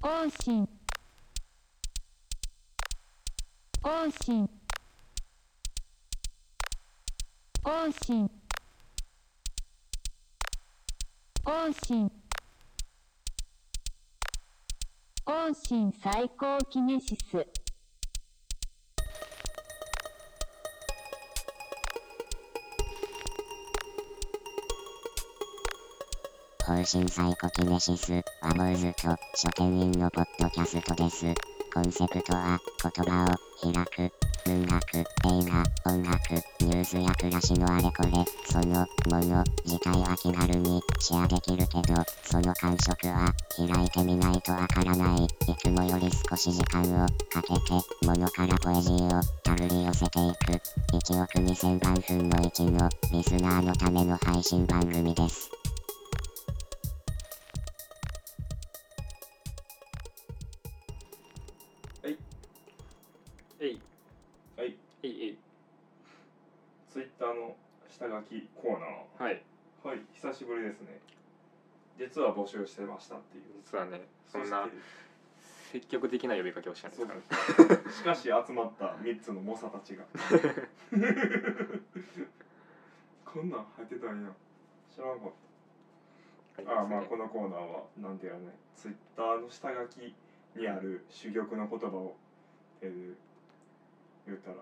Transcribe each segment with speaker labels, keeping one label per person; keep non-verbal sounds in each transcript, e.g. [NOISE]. Speaker 1: 更新更新更新更新更新最高キネシス
Speaker 2: 更新サイコキネシス、ワモーズと書店員のポッドキャストです。コンセプトは、言葉を開く、文学、映画、音楽、ニュースや暮らしのあれこれ、そのもの自体は気軽にシェアできるけど、その感触は開いてみないとわからない。いつもより少し時間をかけて、ものからポエジーをたぐり寄せていく、1億2000万分の1のリスナーのための配信番組です。
Speaker 3: えい
Speaker 4: はい、
Speaker 3: えいえい
Speaker 4: ツイッターの下書きコーナ
Speaker 3: はい
Speaker 4: ー。はい、久しぶりですね。実は募集してましたっていう。
Speaker 3: 実はねそんな積極的な呼びかけをしたんですからね
Speaker 4: そうそうしかし集まった三つの猛者たちが。こんなん入ってたんや。知らんかっ
Speaker 3: あり
Speaker 4: た。あ
Speaker 3: ま
Speaker 4: あ、
Speaker 3: す
Speaker 4: まあ
Speaker 3: ね
Speaker 4: このコーナーはなんていうのね、ツイッターの下書きにある珠玉の言葉を、えー言ったら、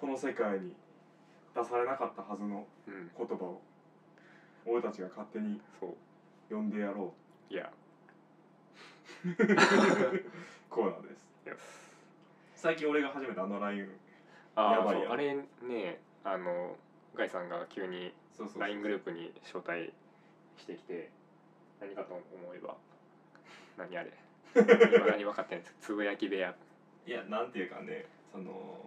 Speaker 4: この世界に出されなかったはずの
Speaker 3: うん
Speaker 4: 言葉を俺たちが勝手に
Speaker 3: そ
Speaker 4: 呼んでやろ
Speaker 3: ういや
Speaker 4: うコーナーです
Speaker 3: いや
Speaker 4: 最近俺が初めてあの LINE
Speaker 3: あ
Speaker 4: や
Speaker 3: あ
Speaker 4: ばい
Speaker 3: そう
Speaker 4: やば
Speaker 3: あれねあのガイさんが急に
Speaker 4: そうそうそう
Speaker 3: LINE グループに招待してきて何かと思えば何
Speaker 4: [LAUGHS]
Speaker 3: あれ今何分かってないですつぶやき部屋
Speaker 4: いやなんていうかねその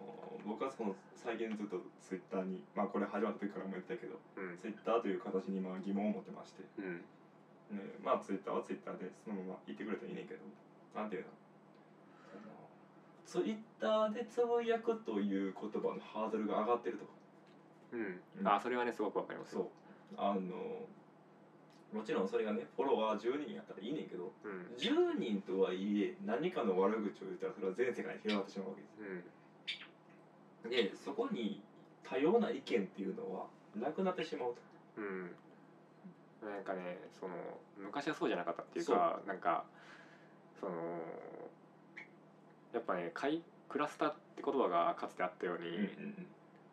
Speaker 4: 僕はその最近ずっとツイッターにまあこれ始まった時からも言ったけど
Speaker 3: うん
Speaker 4: ツイッターという形にまあ疑問を持ってまして、
Speaker 3: うん
Speaker 4: ね、まあツイッターはツイッターでそのまま言ってくれたらいいねんけどなんていうのそのツイッターでつぶやくという言葉のハードルが上がってるとか
Speaker 3: うん、
Speaker 4: うん
Speaker 3: あそれはねすごくわかります
Speaker 4: そうあのもちろんそれがねフォロワー10人やったらいいねんけど
Speaker 3: う、うん
Speaker 4: 10人とはいえ何かの悪口を言ったらそれは全世界に広がってしまうわけ
Speaker 3: うん、
Speaker 4: ですでそこに多様な意見っていうのはなくなってしまうと
Speaker 3: うん、なんかねその昔はそうじゃなかったっていうかなんかそのやっぱね会クラスターって言葉がかつてあったように、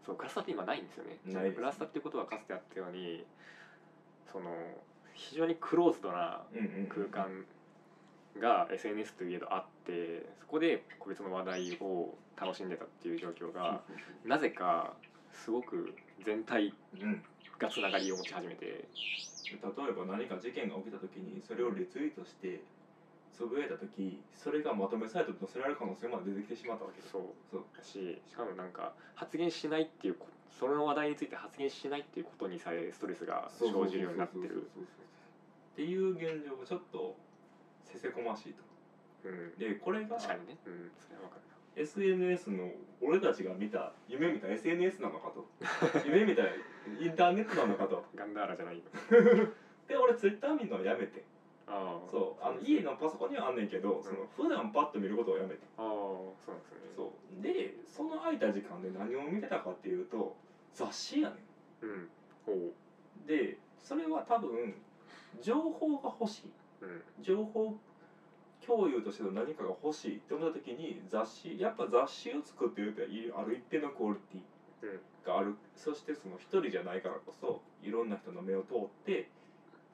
Speaker 3: そうクラスターって今ないんですよね
Speaker 4: ないです
Speaker 3: クラスターって言葉がかつてあったようにその非常にクローズドな
Speaker 4: うんうん
Speaker 3: 空間が SNS といえどあってそこで個別の話題を楽しんでたっていう状況がなぜかすごく全体
Speaker 4: うん
Speaker 3: がつながりを持ち始めて
Speaker 4: 例えば何か事件が起きた時にそれをリツイートしてつぶやいた時それがまとめサイトに載せられる可能性まで出てきてしまったわけです
Speaker 3: そう
Speaker 4: そう
Speaker 3: だししかもなんか発言しないっていうこその話題について発言しないっていうことにさえストレスが生じるようになってる
Speaker 4: そうそうそうそうっていう現状がちょっとせせこましいと
Speaker 3: うん
Speaker 4: でこれが
Speaker 3: 確かにねうんそれはわかる
Speaker 4: SNS の俺たちが見た夢見た SNS なのかと [LAUGHS] 夢見たインターネットなのかと
Speaker 3: なガンダーラじゃないよ
Speaker 4: で俺ツイッター見るのはやめて
Speaker 3: ああ
Speaker 4: そうあの家のパソコンにはあんねんけど、その普段パッと見ることをやめて
Speaker 3: ああそうなんですね
Speaker 4: そうでその空いた時間で何を見てたかっていうと雑誌やね
Speaker 3: うんおうん
Speaker 4: でそれは多分情報が欲しい
Speaker 3: うん
Speaker 4: 情報共有としての何かが欲しいって思った時に雑誌やっぱ雑誌を作ってるってある一定のクオリティがある、そしてその一人じゃないからこそいろんな人の目を通って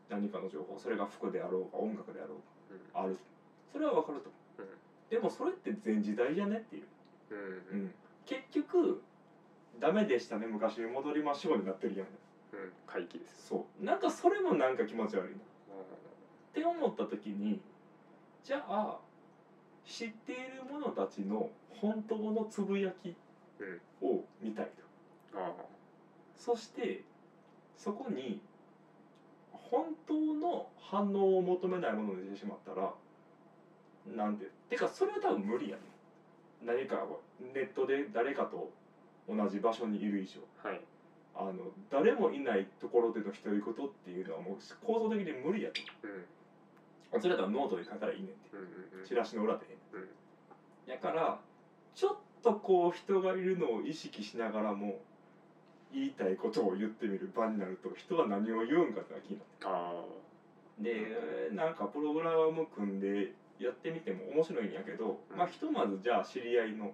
Speaker 4: 何かの情報それが服であろうが音楽であろう
Speaker 3: う
Speaker 4: があるそれは分かると、
Speaker 3: うん
Speaker 4: でもそれって全時代じゃねっていう、
Speaker 3: んうんうん
Speaker 4: 結局ダメでしたね昔に戻りましょうになってるやん
Speaker 3: うん回帰です
Speaker 4: そうなんかそれもなんか気持ち悪いな
Speaker 3: あ
Speaker 4: って思った時にじゃあ知っている者たちの本当のつぶやきを見たいと、
Speaker 3: あああ
Speaker 4: そしてそこに本当の反応を求めないものにしてしまったらなんでてかそれは多分無理やね何かをネットで誰かと同じ場所にいる以上
Speaker 3: はい
Speaker 4: あの誰もいないところでの独り言っていうのはもう構造的に無理やと
Speaker 3: うん
Speaker 4: それだったらノートに書いたらいいねんて
Speaker 3: うんうんうん
Speaker 4: チラシの裏で
Speaker 3: うん
Speaker 4: やからちょっとこう人がいるのを意識しながらも言いたいことを言ってみる場になると人は何を言うんかってのが気にな
Speaker 3: ああ
Speaker 4: るでなんかプログラム組んでやってみても面白いんやけど、まあ、ひとまずじゃあ知り合いの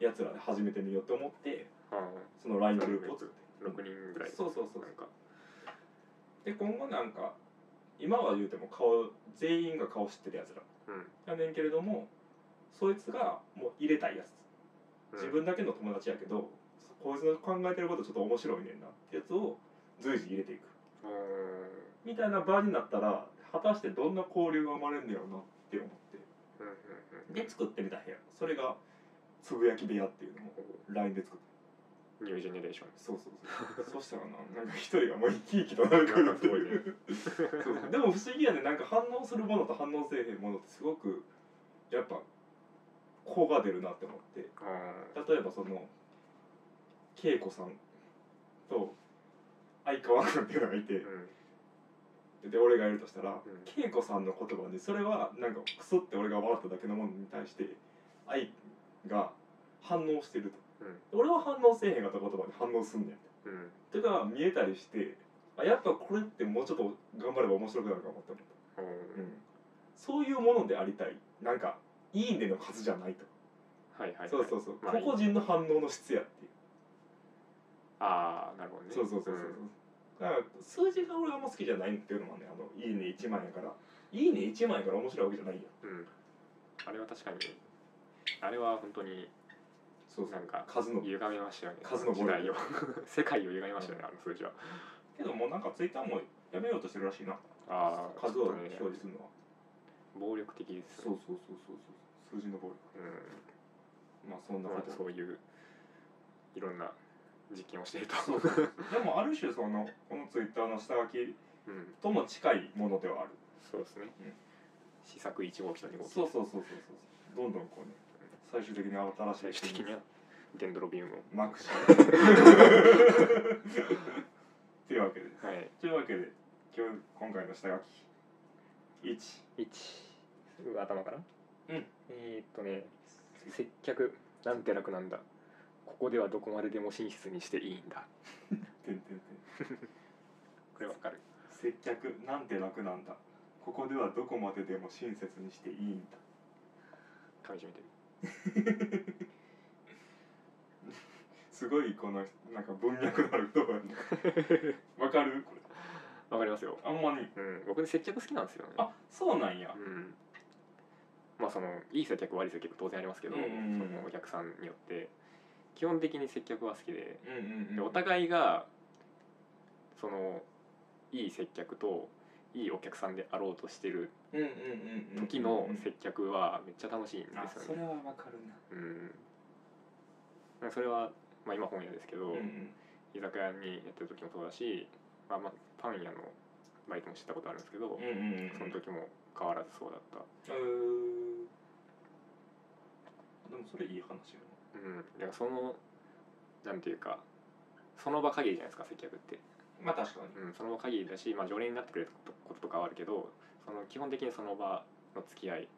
Speaker 4: やつらで始めてみようと思って
Speaker 3: ああ
Speaker 4: その LINE グループを作って
Speaker 3: 6人ぐらい
Speaker 4: そうそうそう
Speaker 3: なんか
Speaker 4: で今後なんか今は言うても顔全員が顔知ってるやつら
Speaker 3: うん
Speaker 4: やねんけれどもそいつがもう入れたいやつ自分だけの友達やけど、こいつの考えてることちょっと面白いねんなってやつを随時入れていく
Speaker 3: うんうん
Speaker 4: みたいな場になったら果たしてどんな交流が生まれるんだろうなって思っ
Speaker 3: うんうんうん
Speaker 4: てで作ってみた部屋それがつぶやき部屋っていうのを LINE で作って
Speaker 3: ニュージェネレーション
Speaker 4: そうそう [LAUGHS] そうそうしたらななんか一人がもう生き生きとなんか
Speaker 3: なんかすごいね
Speaker 4: そうそうでも不思議やねなんか反応するものと反応せえへんものってすごくやっぱ子が出るなって思って
Speaker 3: [LAUGHS] ああ
Speaker 4: 例えばその恵子さんと相川君っていうのがいて
Speaker 3: うん
Speaker 4: で俺がいるとしたら、
Speaker 3: ん
Speaker 4: 恵子さんの言葉にそれはなんかクソって俺が笑っただけのものに対して愛が反応してると、俺は反応せえへんかった言葉に反応すんねん
Speaker 3: うん
Speaker 4: とか見えたりしてあやっぱこれってもうちょっと頑張れば面白くなるかもって思った
Speaker 3: うん
Speaker 4: そういうものでありたいなんか「いいね」の数じゃないと、
Speaker 3: はいはいはい
Speaker 4: そうそうそう、
Speaker 3: まあいい
Speaker 4: 個々人の反応の質やっていう
Speaker 3: ああなるほどね
Speaker 4: そうそうそうそう、だから数字が俺あんま好きじゃないっていうのもねあの「いいね」1万やから「いいね」1万やから面白いわけじゃないやん
Speaker 3: うん、うんあれは確かにあれは本当に
Speaker 4: そう
Speaker 3: なんか
Speaker 4: 数の
Speaker 3: 歪みましたよね
Speaker 4: 数の暴
Speaker 3: 時
Speaker 4: 力
Speaker 3: 代を [LAUGHS] 世界を歪みましたよねあの数字は
Speaker 4: けどもうなんかツイッターもやめようとしてるらしいな
Speaker 3: ああ
Speaker 4: 数
Speaker 3: ちょ
Speaker 4: を
Speaker 3: っと
Speaker 4: 表
Speaker 3: ね
Speaker 4: 示するのは
Speaker 3: 暴力的で
Speaker 4: う
Speaker 3: すね
Speaker 4: そうそうそうそう数字の暴力
Speaker 3: う
Speaker 4: まあそん
Speaker 3: ん
Speaker 4: な
Speaker 3: ま
Speaker 4: こと
Speaker 3: あそういういろんな実験をしていると [LAUGHS]
Speaker 4: そうそうそうでもある種そのこのツイッターの下書き
Speaker 3: うん
Speaker 4: とも近いものではある
Speaker 3: そうですね
Speaker 4: うん
Speaker 3: 試作1号機と2号機
Speaker 4: そうそうそうそうそうどんどんこうね最終的に
Speaker 3: 最
Speaker 4: 新しい
Speaker 3: 終的にはデンドロビウムを
Speaker 4: マ [LAUGHS] クシっていうわけです
Speaker 3: はい
Speaker 4: というわけで今日今回の下書き1
Speaker 3: 1頭から
Speaker 4: うん
Speaker 3: えーっとね接客なんて楽なんだここではどこまででも寝室にしていいんだ
Speaker 4: てんてんてん
Speaker 3: これわかる
Speaker 4: 接客なんて楽なんだここではどこまででも親切にしていいんだ
Speaker 3: 噛み締めてる
Speaker 4: すごいこのなんか文脈のある言葉や
Speaker 3: [LAUGHS]
Speaker 4: ねわかるこれ
Speaker 3: わかりますよ
Speaker 4: あんまり
Speaker 3: うん僕接客好きなんですよね
Speaker 4: あそうなんや
Speaker 3: うんまあそのいい接客悪い接客当然ありますけど、
Speaker 4: うんうんうん
Speaker 3: そのお客さんによって基本的に接客は好きで
Speaker 4: うんうん
Speaker 3: でお互いがそのいい接客といいお客さんであろうとしてる
Speaker 4: うんうんうんうん
Speaker 3: 時の接客はめっちゃ楽しいんで
Speaker 4: あ
Speaker 3: す
Speaker 4: そ
Speaker 3: よ
Speaker 4: れ
Speaker 3: ね。
Speaker 4: はわかるな
Speaker 3: うん、なんかそれは、まあ、今本屋ですけど、
Speaker 4: うん
Speaker 3: 居酒屋にやってる時もそうだし、まあ、まあパン屋のバイトもしてたことあるんですけど、
Speaker 4: うんうんうん
Speaker 3: その時も変わらずそうだった。
Speaker 4: うーんでもそれいい話や
Speaker 3: うん、だからそのなんていうかその場限りじゃないですか接客って、
Speaker 4: なまあ確かに
Speaker 3: うん、その場限りだし、まあ、常連になってくれることとかはあるけどその基本的にその場の付き合い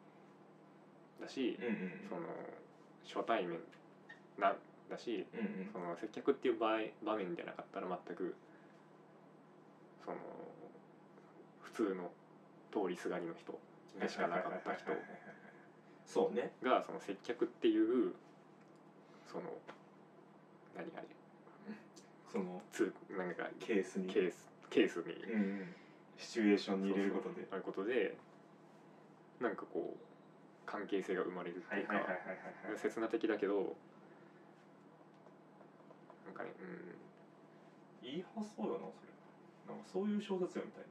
Speaker 3: だし、
Speaker 4: うんうん
Speaker 3: その初対面なんだし
Speaker 4: うんうん
Speaker 3: その接客っていう場合場面じゃなかったら全くその普通の通りすがりの人でしかなかった人
Speaker 4: そうね
Speaker 3: がその接客っていうその何あれ
Speaker 4: その
Speaker 3: つなんか
Speaker 4: ケースに
Speaker 3: ケースケースに
Speaker 4: うんうんシチュエーションに入れることで
Speaker 3: あることでなんかこう関係性が生まれるっていうか、切な的だけどなんかね
Speaker 4: いい発想やなそれなんかそういう小説やみたい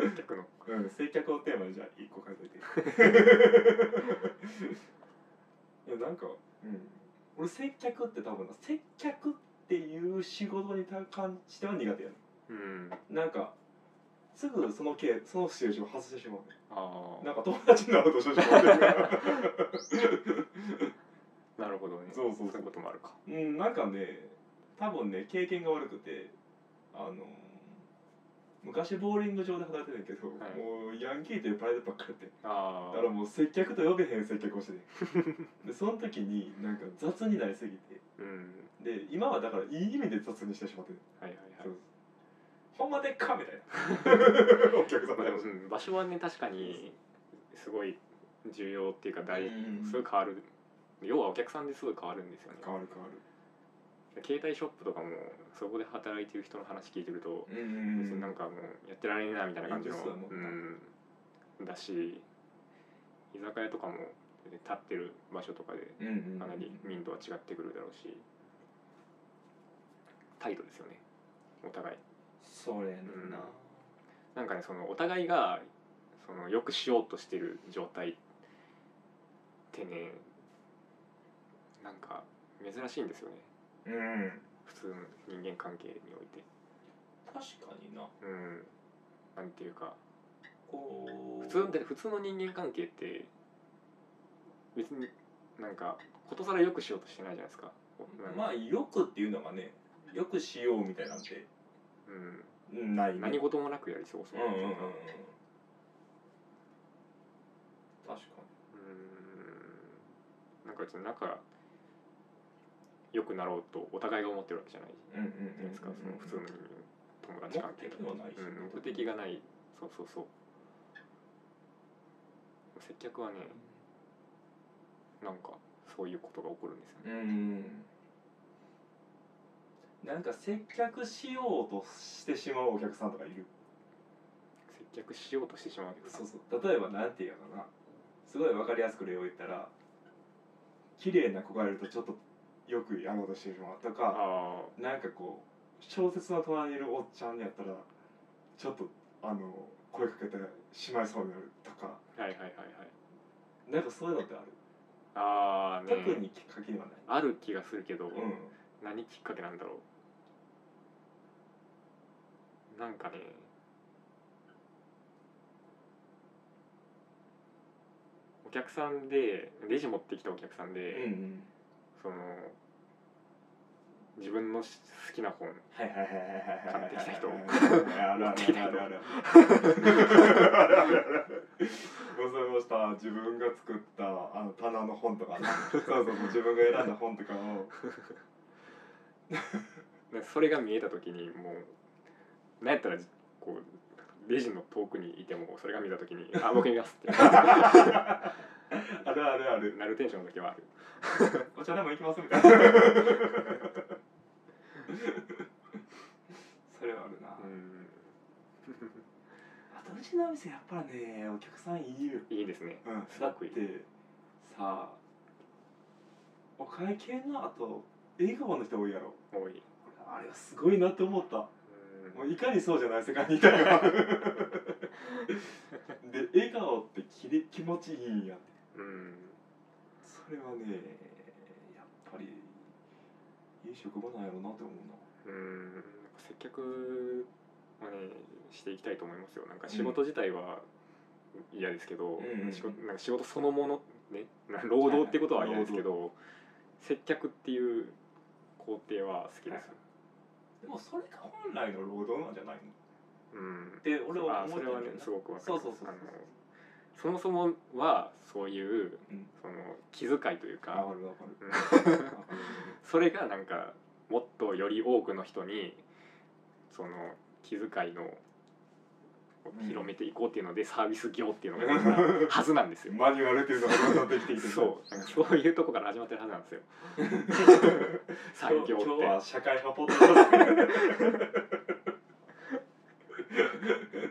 Speaker 3: うん
Speaker 4: [LAUGHS]
Speaker 3: 逆の
Speaker 4: な、うん、接客をテーマにじゃあ一個書いといて [LAUGHS] いやなんか、うん、俺接客って多分な接客っていう仕事に関しては苦手や
Speaker 3: うん
Speaker 4: ななんかすぐその系そのシチュエーション外してしまうね
Speaker 3: あ
Speaker 4: なんか友達になろうとしてしまうね
Speaker 3: あなるほどね
Speaker 4: そうそうそう
Speaker 3: いうこともあるか
Speaker 4: うんなんかね多分ね経験が悪くてあの昔ボーリング場で働いてたんやけど、
Speaker 3: はい
Speaker 4: もうヤンキーというパレードばっかりで
Speaker 3: あ
Speaker 4: だか
Speaker 3: あ
Speaker 4: らもう接客と呼べへん接客をしてねでその時になんか雑になりすぎて
Speaker 3: うん
Speaker 4: で今はだからいい意味で雑にしてしまってる、
Speaker 3: はいはいはい
Speaker 4: そうほんまでっかみたいなお客様
Speaker 3: まあ
Speaker 4: でも
Speaker 3: でもうん場所はね確かにすごい重要っていうか大
Speaker 4: うん
Speaker 3: すごい変わる要はお客さんですごい変わるんですよね
Speaker 4: 変わる変わる
Speaker 3: 携帯ショップとかもそこで働いてる人の話聞いてると
Speaker 4: うん
Speaker 3: 別になんかもうやってられねえなみたいな感じの
Speaker 4: いいですよもう
Speaker 3: うんだし居酒屋とかも立ってる場所とかで
Speaker 4: うんうん
Speaker 3: かなり民度は違ってくるだろうし態度ですよねお互い
Speaker 4: そうやねんな、
Speaker 3: なんかねそのお互いがそのよくしようとしてる状態ってねなんか珍しいんですよね
Speaker 4: うん
Speaker 3: 普通の人間関係において
Speaker 4: 確かにな
Speaker 3: うんなんていうか
Speaker 4: こう
Speaker 3: 普通で普通の人間関係って別になんかことさらよくしようとしてないじゃないですか
Speaker 4: まあよくっていうのがねよくしようみたいなんて
Speaker 3: うん、
Speaker 4: ないね
Speaker 3: 何事もなくやり過ごす
Speaker 4: う
Speaker 3: うん
Speaker 4: うんうんうんうん
Speaker 3: ん
Speaker 4: 確か
Speaker 3: なんか別に仲良くなろうとお互いが思ってるわけじゃない
Speaker 4: にうんうん
Speaker 3: じゃないですか、その普通の人間友達関係
Speaker 4: 目的はないしね
Speaker 3: うん、目的がないそうそうそう接客はねなんかそういうことが起こるんですよね
Speaker 4: うんなんか接客しようとしてしまうお客さんとかいる
Speaker 3: 接客しようとしてしまうわけです
Speaker 4: そうそう例えばなんていうのかなすごいわかりやすく例を言ったら綺麗な子がいるとちょっとよくやろうとしてしまうとか
Speaker 3: あ
Speaker 4: なんかこう小説の隣にいるおっちゃんやったらちょっとあの声かけてしまいそうになるとか
Speaker 3: あはいはいはいはい
Speaker 4: なんかそういうのってある、
Speaker 3: ああね
Speaker 4: 特にきっかけではない、
Speaker 3: ある気がするけど、
Speaker 4: うん、
Speaker 3: 何きっかけなんだろうなんかねお客さんでレジ持ってきたお客さんで、
Speaker 4: うんうん
Speaker 3: その自分のし好きな本
Speaker 4: はいはいはいはいはいはい
Speaker 3: 買ってきた人
Speaker 4: あるあるあるあるあるあるあるあ
Speaker 3: 買ってきた人
Speaker 4: るあるございました自分が作ったあの棚の本とかねそうそうそう自分が選んだ本とかを
Speaker 3: でそれが見えた時にもうなんやったらこうレジの遠くにいてもそれが見た時に
Speaker 4: [LAUGHS]
Speaker 3: 「あ僕見ます」って
Speaker 4: あるあるある
Speaker 3: なるテンションの時はある
Speaker 4: お茶でも行きますみたいな [LAUGHS] それはあるな
Speaker 3: うん [LAUGHS]
Speaker 4: あとうちのお店やっぱねお客さんいる
Speaker 3: いいですね
Speaker 4: うん
Speaker 3: す
Speaker 4: だ
Speaker 3: ご
Speaker 4: っ
Speaker 3: くいい
Speaker 4: てさお会計の後笑顔の人多いやろ
Speaker 3: 多い
Speaker 4: 俺あれはすごいなって思った
Speaker 3: うん
Speaker 4: もういかにそうじゃない世界に [LAUGHS] いたよで笑顔ってきれ気持ちいいんや
Speaker 3: うん
Speaker 4: それはねやっぱりいい職場なんやろなって思う
Speaker 3: うんなんか接客をねしていきたいと思いますよなんか仕事自体は嫌ですけど、
Speaker 4: うんうんうん
Speaker 3: 仕事なんか仕事そのものねな労働ってことは嫌ですけど、接客っていう工程は好きです、
Speaker 4: はいなでもそれが本来の労働なんじゃないのっ
Speaker 3: うん
Speaker 4: て俺は
Speaker 3: あ
Speaker 4: 思っ
Speaker 3: それ
Speaker 4: てる
Speaker 3: はね
Speaker 4: んだ
Speaker 3: す
Speaker 4: よ
Speaker 3: ごくわかります
Speaker 4: そうそうそうそう
Speaker 3: あのそもそもはそういう
Speaker 4: うん
Speaker 3: その気遣いという
Speaker 4: なわ
Speaker 3: か、
Speaker 4: かるわかる
Speaker 3: うん
Speaker 4: わかる。
Speaker 3: [LAUGHS] それがなんかもっとより多くの人にその気遣いのを広めていこうっていうので、サービス業っていうのが出てきたはずなんですよ
Speaker 4: マニュアルっていうのがどんどんできてきてる
Speaker 3: そうなんかそういうとこから始まってるはずなんですよ産業
Speaker 4: 今
Speaker 3: って
Speaker 4: 日今日は社会派ポッドキャ
Speaker 3: [LAUGHS]
Speaker 4: スト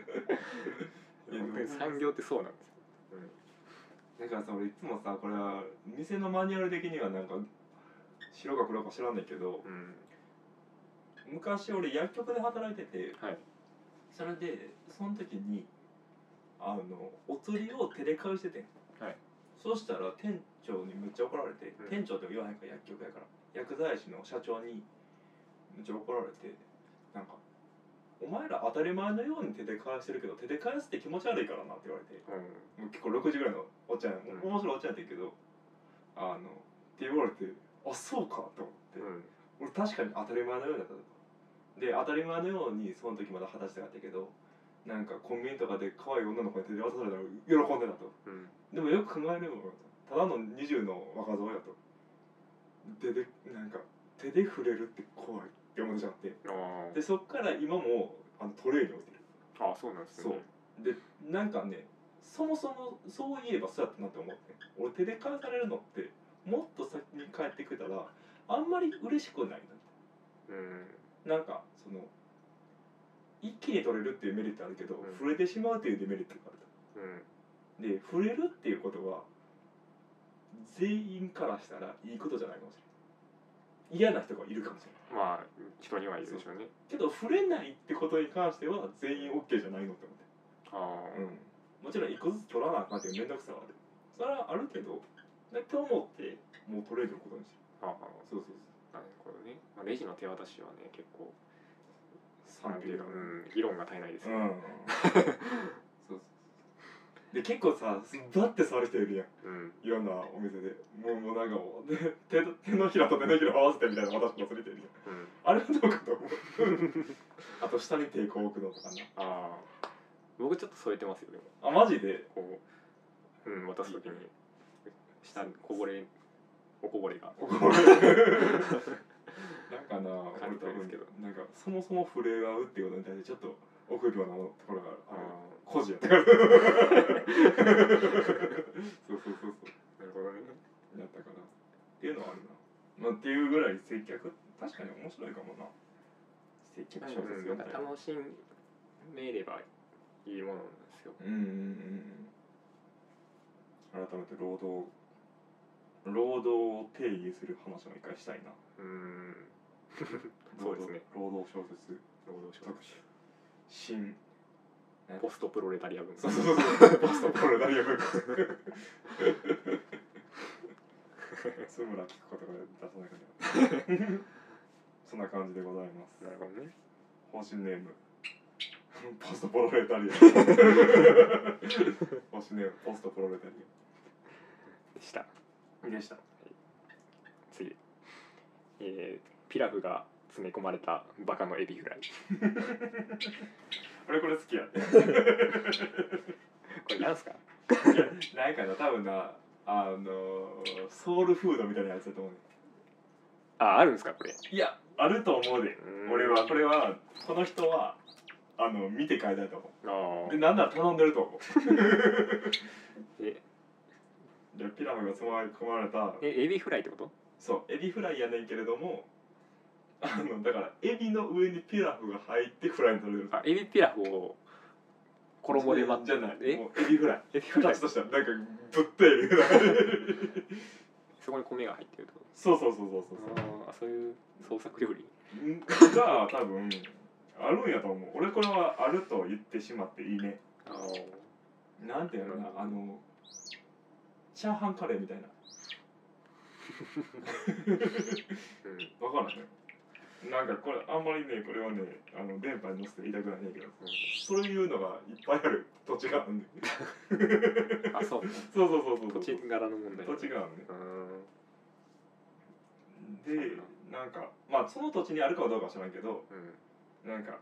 Speaker 4: いや
Speaker 3: 本当に産業ってそうなんですよ、
Speaker 4: だからさ俺いつもさこれは店のマニュアル的にはなんか白か黒か知らんねんけど
Speaker 3: うんうん
Speaker 4: 昔俺薬局で働いてて
Speaker 3: はい
Speaker 4: それでその時にあのお釣りを手で返しててん、
Speaker 3: はい、
Speaker 4: そうしたら店長にむっちゃ怒られて、
Speaker 3: うん
Speaker 4: 店長って言わへんから薬局やから薬剤師の社長にむっちゃ怒られてなんか「お前ら当たり前のように手で返してるけど手で返すって気持ち悪いからな」って言われて
Speaker 3: う
Speaker 4: もう結構6時ぐらいのおっちゃん、
Speaker 3: ん
Speaker 4: 面白いおっちゃんやったけどあのって言われてあそうかと思って、
Speaker 3: んうん
Speaker 4: 俺確かに当たり前のようになったで当たり前のようにその時まだ二十歳だったけどなんかコンビニとかで可愛い女の子に手で渡されたら喜んでたと
Speaker 3: うん
Speaker 4: でもよく考えればただの20の若造やと手でなんか手で触れるって怖いって思っちゃって
Speaker 3: あ
Speaker 4: でそっから今もあのトレーに落ちてる
Speaker 3: あああそうなんですね
Speaker 4: でなんかねそもそもそういえばそうやったなって思って俺手で返されるのってもっと先に帰ってくれたらあんまり嬉しくないなって
Speaker 3: うん
Speaker 4: なんかその一気に取れるっていうメリットあるけど、
Speaker 3: うん
Speaker 4: 触れてしまうっていうデメリットがある
Speaker 3: うん
Speaker 4: とで触れるっていうことは全員からしたらいいことじゃないかもしれない嫌な人がいるかもしれない
Speaker 3: まあ人にはいるでしょうね
Speaker 4: けど触れないってことに関しては全員 OK じゃないのって思って
Speaker 3: ああ
Speaker 4: うん、もちろん一個ずつ取らなあかんっていう面倒くさはあるそれはあるけどだと思ってもうトレードのことにして
Speaker 3: ああ
Speaker 4: そうそう
Speaker 3: なるほどね、まあ、レジの手渡しはね結構
Speaker 4: そう
Speaker 3: なんていう
Speaker 4: う、
Speaker 3: か、うんん、議論が絶えないですよ、
Speaker 4: [LAUGHS] うん、そうそうそうで結構さだって触る人いるやん
Speaker 3: うん、
Speaker 4: いろんなお店でもうもうなんかもうで手と手のひらと手のひら合わせてみたいな私も忘れてるやん
Speaker 3: うん、
Speaker 4: あれはどうかと思うあと下に抵抗置くのとかね
Speaker 3: ああ僕ちょっと添えてますよでも
Speaker 4: あマジで
Speaker 3: こう、うん、渡す時に下にこぼれおこぼれ
Speaker 4: [LAUGHS]
Speaker 3: が
Speaker 4: 怒られるなんかな、
Speaker 3: 軽
Speaker 4: 俺多
Speaker 3: くは言う
Speaker 4: 分
Speaker 3: んですけど
Speaker 4: なんかそもそも触れ合うっていうことに対してちょっと臆病なところがあ
Speaker 3: ああ
Speaker 4: る。個人やった [LAUGHS] から。そうそうそうそう。
Speaker 3: なるほどね
Speaker 4: やったから。っていうのはあるな。まあっていうぐらい接客確かに面白いかもな。接客小説
Speaker 3: う
Speaker 4: 読
Speaker 3: ん、
Speaker 4: んだり。
Speaker 3: 楽しめればいいものなんですよ
Speaker 4: うんうんうんうん。改めて労働労働を定義する話も一回したいな。
Speaker 3: うんそうですね
Speaker 4: 労働。労働小説
Speaker 3: 労働者
Speaker 4: 特集。新
Speaker 3: ポストプロレタリア文化
Speaker 4: そうそうそうそう。ポストプロレタリアム。 [LAUGHS] 津村聞くことが出さなくなるそんな感じでございます
Speaker 3: な。るほどね
Speaker 4: 方針ネーム。ポストプロレタ [LAUGHS] リアム。方針ネームポストプロレタリ
Speaker 3: でした
Speaker 4: アム。でした。
Speaker 3: 次えー、ピラフが詰め込まれたバカのエビフライ
Speaker 4: [LAUGHS] 俺これ好きや。
Speaker 3: これなんすか
Speaker 4: なんかな多分なあのーソウルフードみたいなやつだと思うね。
Speaker 3: ああるんですかこれ
Speaker 4: いやあると思うで。俺はこれはこの人はあの見て書いたと思う。
Speaker 3: ああ
Speaker 4: でなんなら頼んでると思う
Speaker 3: [LAUGHS] え
Speaker 4: でピラフがつまみ込まれた
Speaker 3: えエビフライってこと
Speaker 4: そうエビフライやねんけれどもあのだからエビの上にピラフが入ってフライにされてる
Speaker 3: あエビピラフを衣で待っ
Speaker 4: じ
Speaker 3: て
Speaker 4: ゃない
Speaker 3: え
Speaker 4: もうエビフライ
Speaker 3: エビフライ
Speaker 4: 形としてはなんかぶってる
Speaker 3: [LAUGHS]
Speaker 4: ような
Speaker 3: そこに米が入ってるってこ
Speaker 4: そうそうそうそうそう
Speaker 3: とああそういう創作料理
Speaker 4: そうが多分あるんやと思う俺これはあると言ってしまっていいね
Speaker 3: ああ
Speaker 4: なんていうのかなあのチャーハンカレーみたいな
Speaker 3: うん
Speaker 4: わからへんなんかこれあんまりねこれはねあの電波に乗せて言いたくないねんけどそういうのがいっぱいある土地があるね
Speaker 3: あそう
Speaker 4: そうそうそうそうそ
Speaker 3: 土
Speaker 4: う
Speaker 3: 地柄の問題
Speaker 4: 土地があるね
Speaker 3: うん
Speaker 4: でなんかまあその土地にあるかどうかは知らんけど
Speaker 3: うん
Speaker 4: なんか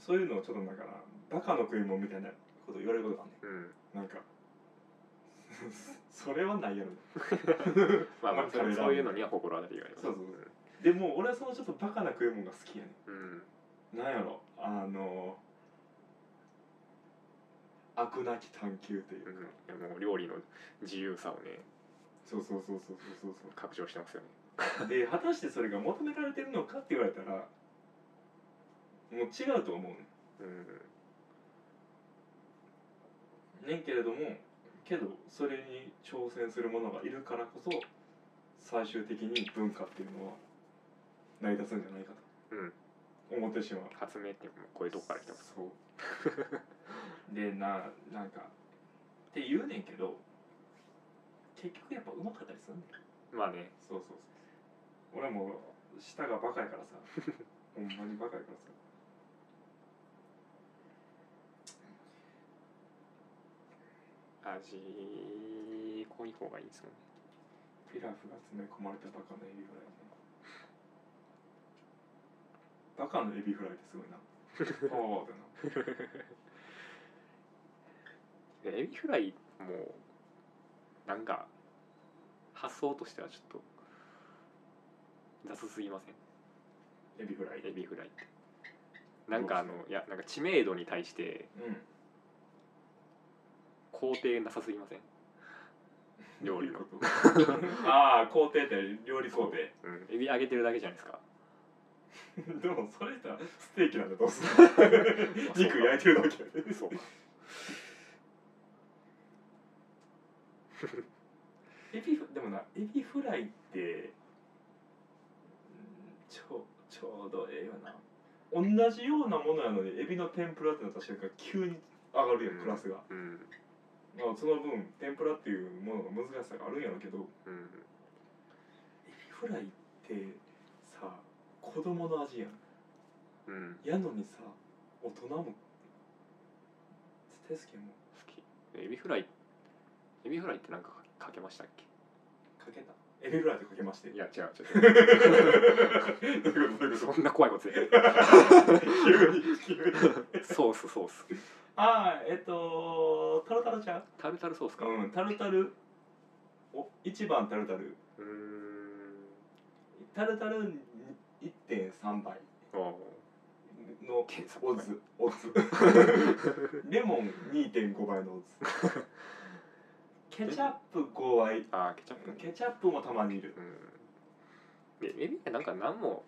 Speaker 4: そういうのをちょっとなんかなバカの食い物みたいなこと言われることがあるね
Speaker 3: うん
Speaker 4: なんか [LAUGHS] それはないやろ
Speaker 3: [LAUGHS] まあ
Speaker 4: ま
Speaker 3: まあ
Speaker 4: あ
Speaker 3: そ
Speaker 4: 彼
Speaker 3: う
Speaker 4: ら
Speaker 3: そういうのには心当たりがあります
Speaker 4: そうそうでも俺はそのちょっとバカな食い物が好きやね
Speaker 3: うん
Speaker 4: なんやろあの悪なき探求という
Speaker 3: う
Speaker 4: か、
Speaker 3: んいやもう料理の自由さをね
Speaker 4: そうそうそうそうそうそう
Speaker 3: 拡張してますよね
Speaker 4: そうで果たしてそれが求められてるのかって言われたらもう違うと思う
Speaker 3: うん
Speaker 4: ねねんけれどもけどそれに挑戦する者がいるからこそ最終的に文化っていうのは成り立つんじゃないか
Speaker 3: うん
Speaker 4: と思ってしまう
Speaker 3: 発明っていうのもこういうとこから来てます
Speaker 4: そうでななんかって言うねんけど結局やっぱうまかったりするねん
Speaker 3: まあね
Speaker 4: そうそうそう俺も舌がバカやからさ [LAUGHS] ほんまにバカやからさ
Speaker 3: 味濃い方がいいですもんね
Speaker 4: ピラフが詰め込まれたバカのエビフライねバカのエビフライってすごいなおおってな
Speaker 3: エビフライもなんか発想としてはちょっと雑すぎません
Speaker 4: エビフライ
Speaker 3: エビフライってなんかあのいやなんか知名度に対して
Speaker 4: うん
Speaker 3: 肯定なさすぎません料理の
Speaker 4: [LAUGHS] ああ工程って料理工程
Speaker 3: うんエビ揚げてるだけじゃないですか
Speaker 4: でもそれじゃステーキなん
Speaker 3: [LAUGHS]
Speaker 4: だどうする肉焼いてるだけやで
Speaker 3: そう
Speaker 4: [LAUGHS] エビフでもなエビフライってうんちょちょうどええよな同じようなものやのにエビの天ぷらってなった瞬間急に上がるやん
Speaker 3: うん
Speaker 4: クラスが、
Speaker 3: うん
Speaker 4: まあ、その分天ぷらっていうものの難しさがあるんやろうけどエ
Speaker 3: うん
Speaker 4: ビフライってさ子供の味やん
Speaker 3: うん
Speaker 4: やのにさ大人も絶対好きやもん
Speaker 3: 好きエビフライエビフライってなんかかけましたっけ
Speaker 4: かけたエビフライってかけまして
Speaker 3: いや違うちょ
Speaker 4: どういうこと [LAUGHS] どういうこと
Speaker 3: [LAUGHS] そんな怖いこと言って
Speaker 4: 急に急に
Speaker 3: ソースソース
Speaker 4: ああえっとタルタルちゃん
Speaker 3: タルタルソースか
Speaker 4: うんタルタルお一番タルタル
Speaker 3: うーん
Speaker 4: タルタル1.3倍
Speaker 3: ああ
Speaker 4: の
Speaker 3: 天才
Speaker 4: オッズオッズレモン2.5倍のオッズ [LAUGHS] ケチャップ5倍
Speaker 3: ああケチャップ
Speaker 4: ケチャップもたまにいる
Speaker 3: うんでエビフライなんか何も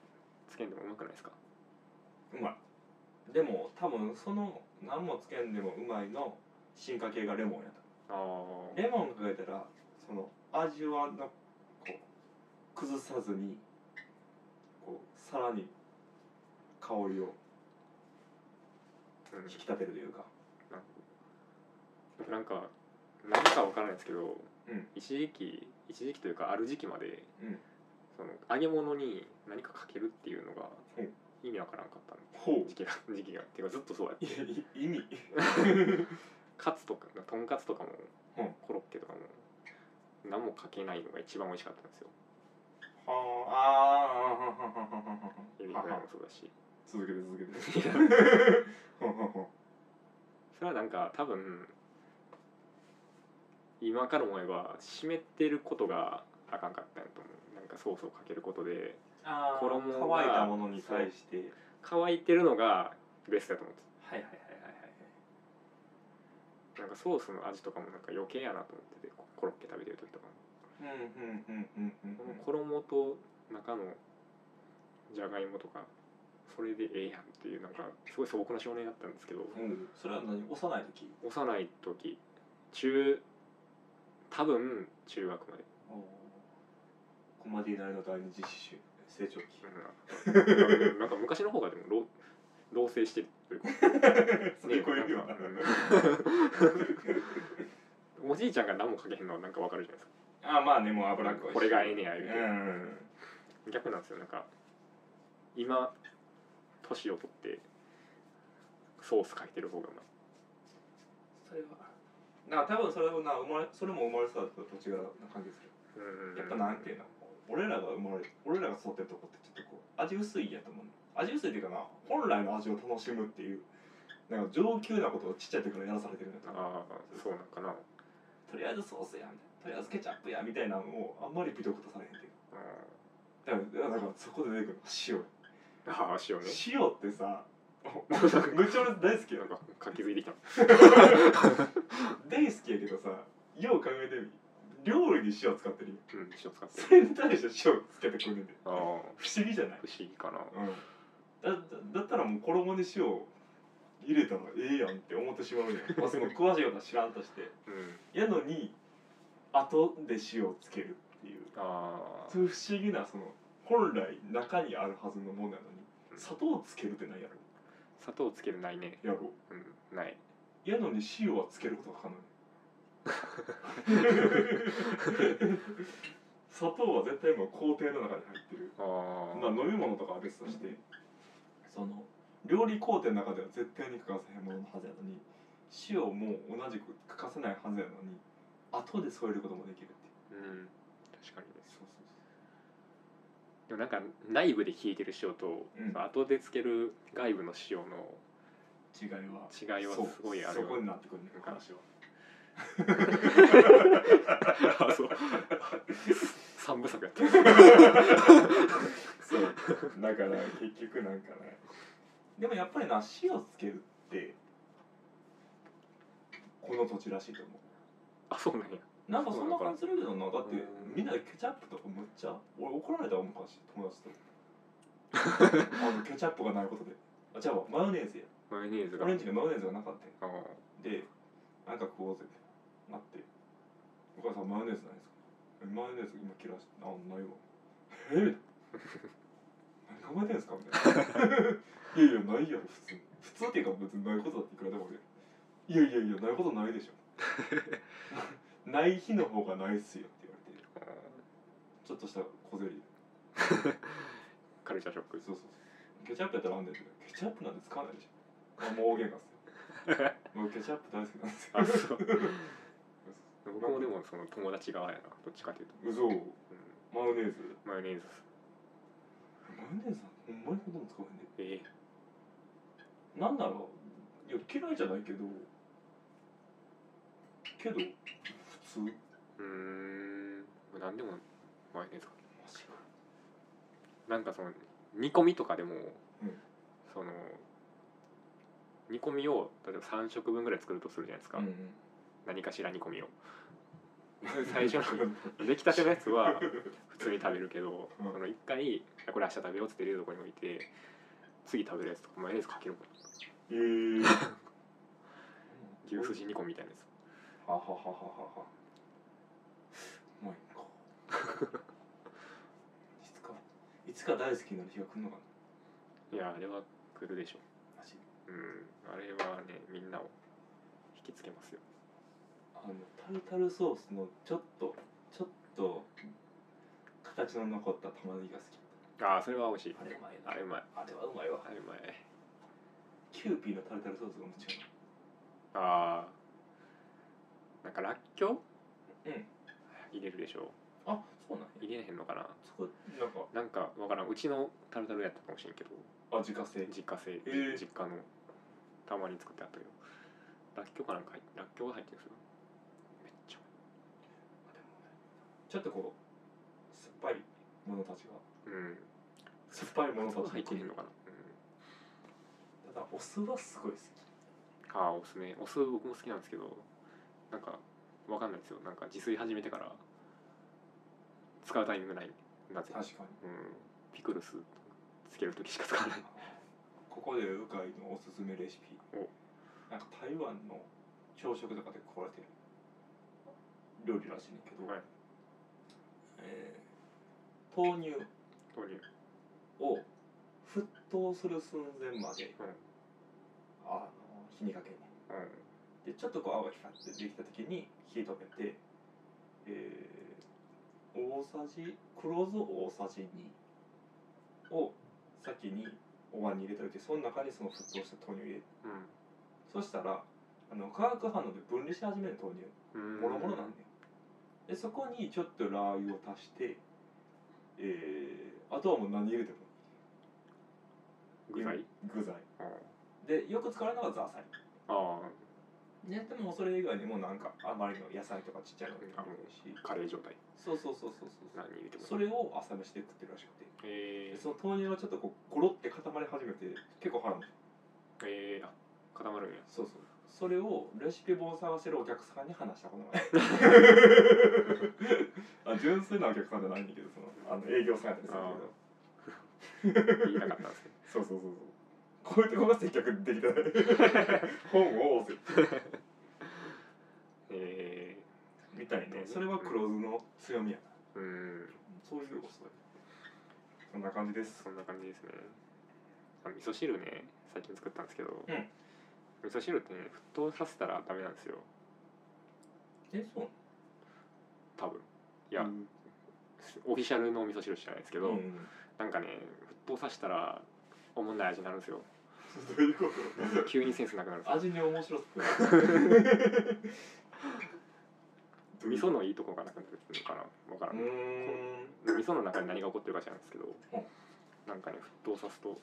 Speaker 3: つけんでもうまくないですか
Speaker 4: うまいでも多分その何もつけんでもうまいの進化系がレモンやった
Speaker 3: ああ
Speaker 4: レモンかけたらその味はのこう崩さずにこうさらに香りを
Speaker 3: うん
Speaker 4: 引き立てるというか
Speaker 3: なんか何かわからないですけど、
Speaker 4: うん
Speaker 3: 一時期一時期というかある時期まで、
Speaker 4: うん
Speaker 3: その揚げ物に何かかけるっていうのが
Speaker 4: うん
Speaker 3: 意味わからんかった
Speaker 4: ほ
Speaker 3: の時期が [LAUGHS] 時期がっていうかずっとそうやっ
Speaker 4: い
Speaker 3: て
Speaker 4: やい意 [LAUGHS] 味
Speaker 3: カツとかとんかつとかも、
Speaker 4: うん
Speaker 3: コロッケとかも何もかけないのが一番美味しかったんですよ
Speaker 4: はああーはんはんはんはんはんはん
Speaker 3: エビフ
Speaker 4: はん
Speaker 3: ライ
Speaker 4: は
Speaker 3: も
Speaker 4: ん
Speaker 3: そうだし
Speaker 4: 続けて続けてはんはんはん
Speaker 3: それはなんか多分今から思えば湿ってることがあかんかったんやと思うなんかソースをかけることで
Speaker 4: あ
Speaker 3: 衣が
Speaker 4: ー乾いたものに対してはい
Speaker 3: 乾いてるのがベストだと思って
Speaker 4: はいはいはいはいはい
Speaker 3: なんかソースの味とかもなんか余計やなと思っててこコロッケ食べてる時とかも、
Speaker 4: うんうんうんうんうん
Speaker 3: この衣と中のじゃがいもとかそれでええやんっていうなんかすごい素朴な少年だったんですけど
Speaker 4: うん、うん、それは何幼い時
Speaker 3: 幼い時中多分中学まで、
Speaker 4: コマディナリの第二次刺繍成長期
Speaker 3: うんなんか昔の方がでも老老成してるというか
Speaker 4: [LAUGHS] それ超える [LAUGHS] よな
Speaker 3: ねなんかうんおじいちゃんが何もかけへんのはなんかわかるじゃないです
Speaker 4: あ
Speaker 3: か
Speaker 4: まあねもう脂っこいし
Speaker 3: これがええねや
Speaker 4: う
Speaker 3: 言うて
Speaker 4: ん
Speaker 3: 逆なんですよなんか今年を取ってソースかけてる方がうまい
Speaker 4: それはな多分それもな生まれそれも生まれ育った土地柄な感じするやっぱなんていうの俺らが生まれ俺らが育ってるとこってちょっとこう味薄いやと思う味薄いっていうかな本来の味を楽しむっていうなんか上級なことをちっちゃい時からやらされてるんだと思う
Speaker 3: ああそうなんかな
Speaker 4: とりあえずソースやみたいなとりあえずケチャップやみたいなのをあんまり美徳とされへんっていうだか
Speaker 3: あ
Speaker 4: らだからそこで出てくるの
Speaker 3: あー塩
Speaker 4: 塩
Speaker 3: ね
Speaker 4: 塩って
Speaker 3: [LAUGHS]
Speaker 4: さめっちゃ俺大好きや
Speaker 3: な
Speaker 4: ん
Speaker 3: ん [LAUGHS] か活気づいてきた
Speaker 4: 大好きやけどさよう考えてみ料理に塩使ってるよ
Speaker 3: うん塩使
Speaker 4: [LAUGHS]
Speaker 3: って
Speaker 4: そ
Speaker 3: る
Speaker 4: れに対して塩つけてくるんで
Speaker 3: ああ不思
Speaker 4: 不思議じゃない、
Speaker 3: 議かな
Speaker 4: うん、だだだったらもう衣に塩入れたらええやんって思ってしまうやん、ま [LAUGHS] あ、その詳しいことは知らんとして
Speaker 3: うん
Speaker 4: やのに後で塩をつけるっていう
Speaker 3: ああ
Speaker 4: そういう不思議なその本来中にあるはずのものなのに砂糖をつけるってないやろ
Speaker 3: 砂糖つけるないね
Speaker 4: やろ
Speaker 3: うんない
Speaker 4: やのに塩はつけること [LAUGHS] が可能砂糖は絶対もう工程の中に入ってる
Speaker 3: ああ
Speaker 4: まあ飲み物とかは別としてその料理工程の中では絶対に欠かせへんもののはずやのに塩も同じく欠かせないはずやのに後で添えることもできるっていう
Speaker 3: うん確かにね
Speaker 4: そうそう
Speaker 3: でもなんか内部で弾いてる塩と、
Speaker 4: うん
Speaker 3: 後でつける外部の塩の
Speaker 4: 違いは
Speaker 3: 違いはすごいある
Speaker 4: そう
Speaker 3: よ
Speaker 4: そこになってくるね
Speaker 3: 話
Speaker 4: 話は
Speaker 3: は
Speaker 4: [LAUGHS]
Speaker 3: あそう三部作やった
Speaker 4: そうだから結局なんかねでもやっぱりな死をつけるってこの土地らしいと思
Speaker 3: あそうなんや
Speaker 4: うなんかそんな
Speaker 3: そうなのか
Speaker 4: 感じするけどなだって
Speaker 3: うん
Speaker 4: みんなでケチャップとかむっちゃ俺怒られたもんかし友達とあのケチャップがないことであじゃあマヨネーズや
Speaker 3: マヨネーズが
Speaker 4: 俺んちにマヨネーズがなかったよ
Speaker 3: あー
Speaker 4: でなんか食おうぜってなって「お母さんマヨネーズないですか?え」マヨネーズ今切らして「あないわ」「え何考えてんすか?」みたいな「いやいやない [LAUGHS] やろ普通普通っていうか別にないことだっていくらでもあるやんいやいやいやないことないでしょない日の方がないっすよ」って言われて
Speaker 3: あー
Speaker 4: ちょっとした小競りで
Speaker 3: カルチャーショック
Speaker 4: そうそうそうケチャップやったらあんねんけどケチャップなんて使わないでしょあもう大喧嘩っすよもうケチャップ大好きなんですよ
Speaker 3: あ
Speaker 4: [LAUGHS]
Speaker 3: そう僕もでもその友達側やなどっちかというと、
Speaker 4: 嘘
Speaker 3: う
Speaker 4: マヨネーズ
Speaker 3: ん、マヨネーズ
Speaker 4: マヨネーズなんてほんまにほとんど使わへんね
Speaker 3: え
Speaker 4: なんだろういや嫌いじゃないけどけど普通マ
Speaker 3: ー、うーん何でもマヨネーズか
Speaker 4: ジか
Speaker 3: なんかその煮込みとかでも、
Speaker 4: うん
Speaker 3: その煮込みを例えば3食分ぐらい作るとするじゃないですか、何かしら煮込みを最初の出来たてのやつ
Speaker 4: [LAUGHS]
Speaker 3: は普通に食べるけど、
Speaker 4: うん
Speaker 3: その一回あこれ明日食べようっつって冷蔵庫に置いて次食べるやつとかマヨネーズかけるもん
Speaker 4: えー、
Speaker 3: 牛すじ煮込みみたいなやつ
Speaker 4: ははははははうまいかいつかいつか大好きになる日が来るのかない
Speaker 3: やあれは来るでしょ
Speaker 4: マジ
Speaker 3: うんあれはねみんなを引きつけますよ
Speaker 4: あのタルタルソースのちょっとちょっと形の残った玉ねぎが好き
Speaker 3: ああそれは美味しい
Speaker 4: あれうまいな
Speaker 3: あれうまい
Speaker 4: あれはうまいわ
Speaker 3: あれうまい
Speaker 4: キューピーのタルタルソースがめっちゃうまい
Speaker 3: ああなんからっきょう
Speaker 4: うん
Speaker 3: 入れるでしょ
Speaker 4: あそうなんや
Speaker 3: 入れへんのかな
Speaker 4: そこなんか
Speaker 3: なんかわからんうちのタルタルやったかもしれんけど
Speaker 4: あ自家製
Speaker 3: 実家製、
Speaker 4: えー
Speaker 3: 実家のたまに作ってあったけどらっきょうかなんか入ってらっきょうが入ってるんですよめっちゃ
Speaker 4: ちょっとこう酸っぱいものたちが
Speaker 3: うん
Speaker 4: 酸っぱいもの
Speaker 3: そう
Speaker 4: たち
Speaker 3: 入ってへんの
Speaker 4: た
Speaker 3: かな、うん、
Speaker 4: だお酢はすごい好き
Speaker 3: ああおすすめお酢僕も好きなんですけどなんかわかんないですよなんか自炊始めてから使うタイミングないなぜ、
Speaker 4: 確かに
Speaker 3: うん、ピクルスつける時しか使わない
Speaker 4: ここでうかいのおすすめレシピ
Speaker 3: お
Speaker 4: なんか台湾の朝食とかでこられてる料理らしいねんけど、
Speaker 3: はい
Speaker 4: えー豆乳
Speaker 3: 豆乳
Speaker 4: を沸騰する寸前まで
Speaker 3: うん
Speaker 4: あの火にかけんねん
Speaker 3: うん
Speaker 4: でちょっとこう泡が光ってできた時に火止めて、えー、大さじ黒酢大さじ2を先にお椀に入れておいてその中にその沸騰した豆乳入れるそしたらあの化学反応で分離し始める豆乳
Speaker 3: うん
Speaker 4: もろもろなんだよでそこにちょっとラー油を足して、えー、あとはもう何入れても
Speaker 3: 具材
Speaker 4: 具材
Speaker 3: あ
Speaker 4: でよく使われるのがザーサイ
Speaker 3: あ
Speaker 4: ね、でもそれ以外にもなんかあまりの野菜とかちっちゃいのとかもいいし
Speaker 3: カレー状態
Speaker 4: そうそうそうそうそう
Speaker 3: 何入れても
Speaker 4: それを朝飯で食ってるらしくて
Speaker 3: え
Speaker 4: で
Speaker 3: ー、
Speaker 4: その豆乳がちょっとこうゴロって固まり始めて結構腹も
Speaker 3: えー、あ
Speaker 4: [LAUGHS]
Speaker 3: 固まるんや
Speaker 4: そうそうそれをレシピ本を探してるお客さんに話した [LAUGHS] ことがあるあ純粋なお客さんじゃないんだけどそのあの営業さんやったりする
Speaker 3: 言いたかったんですね [LAUGHS]
Speaker 4: けどそうそうそうそうこういうとこが接客でき [LAUGHS] たね本を押せ
Speaker 3: え
Speaker 4: みたいねそれは黒酢の強みやな
Speaker 3: ー、うん
Speaker 4: そういうお酢だねそんな感じです
Speaker 3: そんな感じですねあ味噌汁ね最近作ったんですけど、
Speaker 4: うん
Speaker 3: 味噌汁ってね沸騰させたらダメなんですよ
Speaker 4: えそう
Speaker 3: 多分い
Speaker 4: い
Speaker 3: や、
Speaker 4: うん
Speaker 3: オフィシャルの味噌汁じゃないですけど、
Speaker 4: うん
Speaker 3: なんかね沸騰させたらおもんない味になるんですよ
Speaker 4: どういうこと
Speaker 3: 急にセンスなくなるんですよ
Speaker 4: 味に面白さどう
Speaker 3: 味噌のいいとこがなくなってるのかな分から
Speaker 4: うんん
Speaker 3: 味噌の中に何が起こってるか知らないんですけど、
Speaker 4: うん
Speaker 3: なんかね沸騰さすと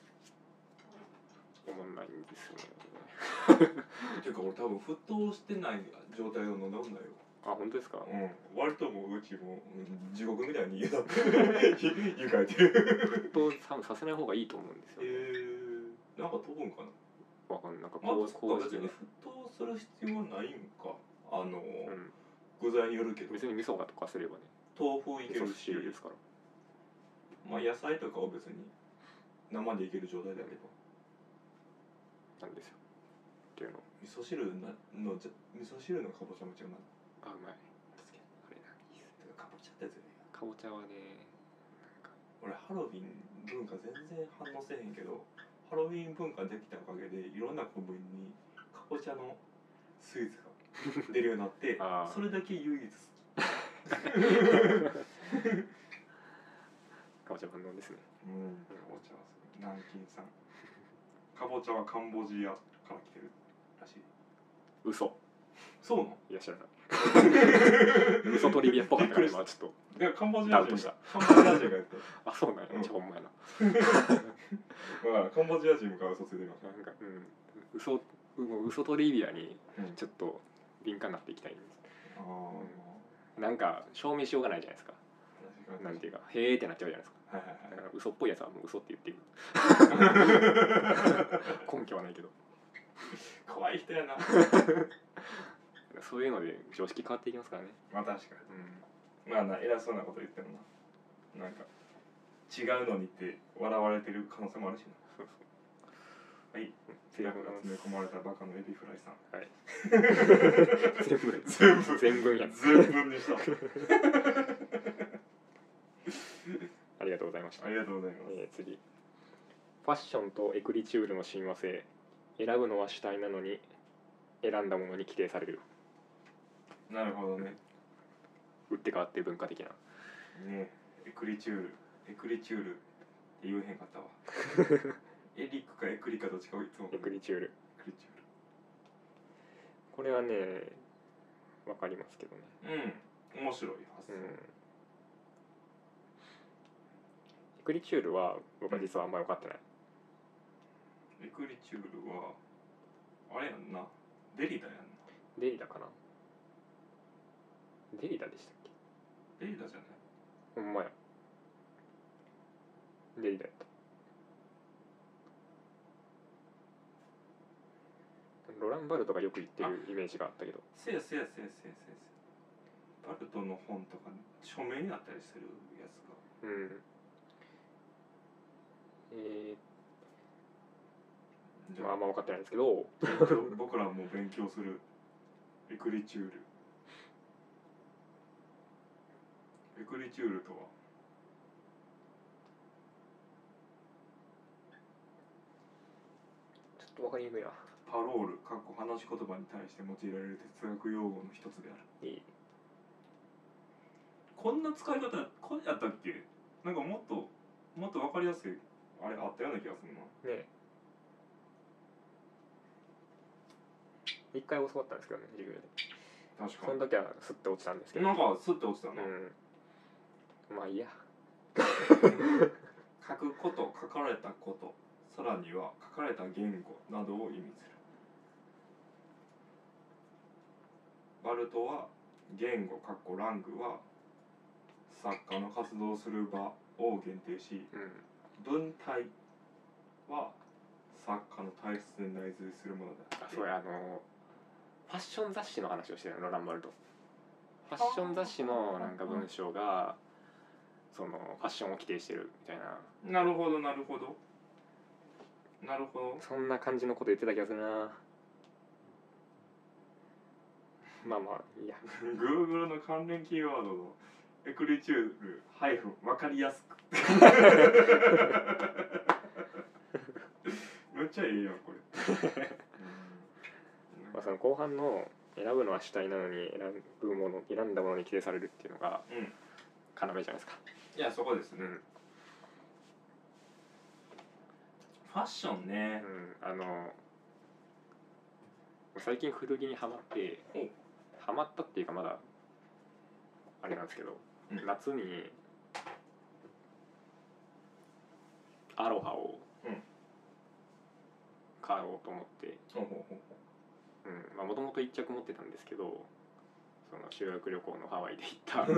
Speaker 3: 思んないんですよね
Speaker 4: ていうか俺多分沸騰してない状態を飲んだんだよ
Speaker 3: あ本当ですか、
Speaker 4: うん割ともううちもうん地獄みたいに家だって [LAUGHS] 湯かいてる
Speaker 3: 沸騰多分させない方がいいと思うんですよ
Speaker 4: へ
Speaker 3: ね、
Speaker 4: えなんか飛ぶんかな
Speaker 3: わかんないなんか
Speaker 4: まあ
Speaker 3: こうこうし
Speaker 4: 別
Speaker 3: て
Speaker 4: に沸騰する必要ないんかあの、
Speaker 3: う
Speaker 4: 具材によるけど
Speaker 3: ん、別に味噌が溶かせればね
Speaker 4: 豆腐いけ
Speaker 3: 味噌
Speaker 4: るし
Speaker 3: 汁ですから
Speaker 4: まあ野菜とかを別に生でいける状態だけど
Speaker 3: なんですよっていうの
Speaker 4: 味噌汁なのじゃ味噌汁のかぼちゃも違うな
Speaker 3: あうまい
Speaker 4: つけ
Speaker 3: あれな
Speaker 4: てかかぼちゃってやつよね
Speaker 3: かぼちゃはね
Speaker 4: 俺ハロウィン文化全然反応せえへんけどハロウィン文化できたおかげでいろんな古文にかぼちゃのスイーツが出るようになって
Speaker 3: [LAUGHS] あー
Speaker 4: それだけ唯一好き
Speaker 3: なんかかぼちゃ万能ですね
Speaker 4: うん、かぼちゃはすごい南京さんかぼちゃはカンボジアから来てるらしい
Speaker 3: 嘘
Speaker 4: そうなの
Speaker 3: いや知らない嘘トリビアっぽかったから今ちょっ
Speaker 4: いやカンボジ
Speaker 3: ダ
Speaker 4: ア
Speaker 3: [LAUGHS] ウト
Speaker 4: 人
Speaker 3: した
Speaker 4: がカンボジア [LAUGHS] 人がやってる
Speaker 3: とあそうなんや
Speaker 4: うん
Speaker 3: じゃあほんまやな
Speaker 4: だからカンボジア人が嘘ついてるから
Speaker 3: なんかうん嘘もう嘘トリビアに
Speaker 4: うん
Speaker 3: ちょっと敏感になっていきたいんで
Speaker 4: あ
Speaker 3: すなんか証明しようがないじゃないですか
Speaker 4: ー確かに
Speaker 3: なんていうかへーってなっちゃうじゃないですか
Speaker 4: はいはい
Speaker 3: だから嘘っぽいやつはもう嘘って言ってる根拠はないけど
Speaker 4: 怖い人やな
Speaker 3: そういうので常識変わっていきますからね
Speaker 4: まあ確か
Speaker 3: う
Speaker 4: にまあな偉そうなこと言ってもななんか違うのにって笑われてる可能性もあるしなん
Speaker 3: そう
Speaker 4: はい
Speaker 3: そう
Speaker 4: が詰め込まれたバカのエビフライさん
Speaker 3: 全部
Speaker 4: 全部
Speaker 3: 全部や
Speaker 4: 全文にした
Speaker 3: ありがとうございました
Speaker 4: ありがとうございます
Speaker 3: えー次ファッションとエクリチュールの親和性選ぶのは主体なのに選んだものに規定される
Speaker 4: なるほどね
Speaker 3: 打って変わって文化的な
Speaker 4: ねエクリチュールエクリチュールって言えへんか [LAUGHS] ったわエリックかエクリかどっちかをいつも
Speaker 3: エクリチュール
Speaker 4: エクリチ
Speaker 3: これはねわかりますけどね
Speaker 4: ュールうん面白い発想、
Speaker 3: うんエクリチュールは僕は実はあんまり分かってない、
Speaker 4: エクリチュールはあれやんなデリダやんな
Speaker 3: デリダかなデリダでしたっけ
Speaker 4: デリダじゃない
Speaker 3: ほんまや。デリダやった。ロランバルトがよく言ってるイメージがあったけど、
Speaker 4: せやせやせやせやせやせやバルトの本とか署名になったりするやつが
Speaker 3: うん。え
Speaker 4: じゃ
Speaker 3: ー、まああ
Speaker 4: あ
Speaker 3: んま分かってないんですけど、
Speaker 4: 勉強僕らも勉強するエクリチュールエクリチュールとは
Speaker 3: ちょっと分かりにくいな。
Speaker 4: パロールかっこ話し言葉に対して用いられる哲学用語の一つである
Speaker 3: いい。
Speaker 4: こんな使い方これやったっけなんかもっともっと分かりやすいあれあったような気がするな
Speaker 3: ねえ。一回教わったんですけどね、授業で。
Speaker 4: 確
Speaker 3: その
Speaker 4: か
Speaker 3: 時はスッて落ちたんですけど。
Speaker 4: なんかスッて落ちたな、
Speaker 3: うん。まあいいや。
Speaker 4: [LAUGHS] 書くこと書かれたことさらには書かれた言語などを意味するバルトは言語かっこラングは作家の活動する場を限定し
Speaker 3: うん。
Speaker 4: 文体は作家の体質に内随するものだ
Speaker 3: あそうやあのファッション雑誌の話をしてるのロランバルトファッション雑誌のなんか文章がそのファッションを規定してるみたいな
Speaker 4: なるほどなるほどなるほど
Speaker 3: そんな感じのこと言ってた気がするなまあまあいいや
Speaker 4: Google の関連キーワードのエクリチュールハイフンわかりやす [LAUGHS] くめっちゃええやんこれ
Speaker 3: まあその後半の選ぶのは主体なのに選ぶもの選んだものに規定されるっていうのが
Speaker 4: うん
Speaker 3: 要じゃないですか
Speaker 4: いやそこですね
Speaker 3: うん
Speaker 4: ファッションね
Speaker 3: うんあの最近古着にハマって
Speaker 4: お
Speaker 3: ハマったっていうかまだあれなんですけど、
Speaker 4: うん
Speaker 3: 夏にアロハを
Speaker 4: うん
Speaker 3: 買おうと思って
Speaker 4: ほうほうほう
Speaker 3: うんまあもともと1着持ってたんですけどその修学旅行のハワイで行っ
Speaker 4: 俺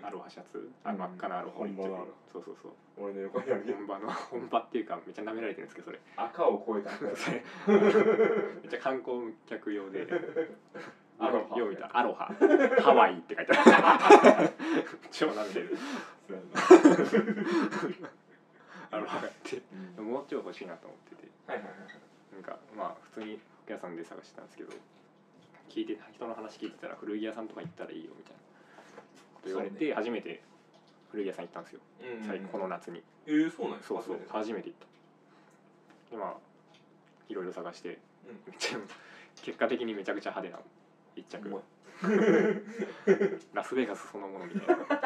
Speaker 3: たアロハシャツあ真っ赤なアロハを一着
Speaker 4: 本場のアロハ
Speaker 3: そうそうそう
Speaker 4: の横にあるけど
Speaker 3: 本場の [LAUGHS] 本場っていうかめっちゃ舐められてるんですけど
Speaker 4: [LAUGHS]
Speaker 3: それ
Speaker 4: 赤を超えた
Speaker 3: それめっちゃ観光客用で
Speaker 4: ア
Speaker 3: ア
Speaker 4: ロ
Speaker 3: ロ
Speaker 4: ハ
Speaker 3: ハよう見たらアロハハワイって書いて
Speaker 4: [LAUGHS]
Speaker 3: ある超舐めてる
Speaker 4: そうやな
Speaker 3: アロハって
Speaker 4: うん
Speaker 3: もうちょい欲しいなと思ってて
Speaker 4: はいはいはい
Speaker 3: なんかまあ普通に服屋さんで探してたんですけど聞いて人の話聞いてたら古着屋さんとか行ったらいいよみたいなこと言われ
Speaker 4: そう
Speaker 3: て初めて古着屋さん行ったんですよ
Speaker 4: うん
Speaker 3: 最この夏に
Speaker 4: えー、そうなんです
Speaker 3: そうそう
Speaker 4: はい
Speaker 3: 初めて行ったでまあいろいろ探して
Speaker 4: うん
Speaker 3: めっちゃ結果的にめちゃくちゃ派手な一着
Speaker 4: お
Speaker 3: ラスベガスそのものみた [LAUGHS] いなガ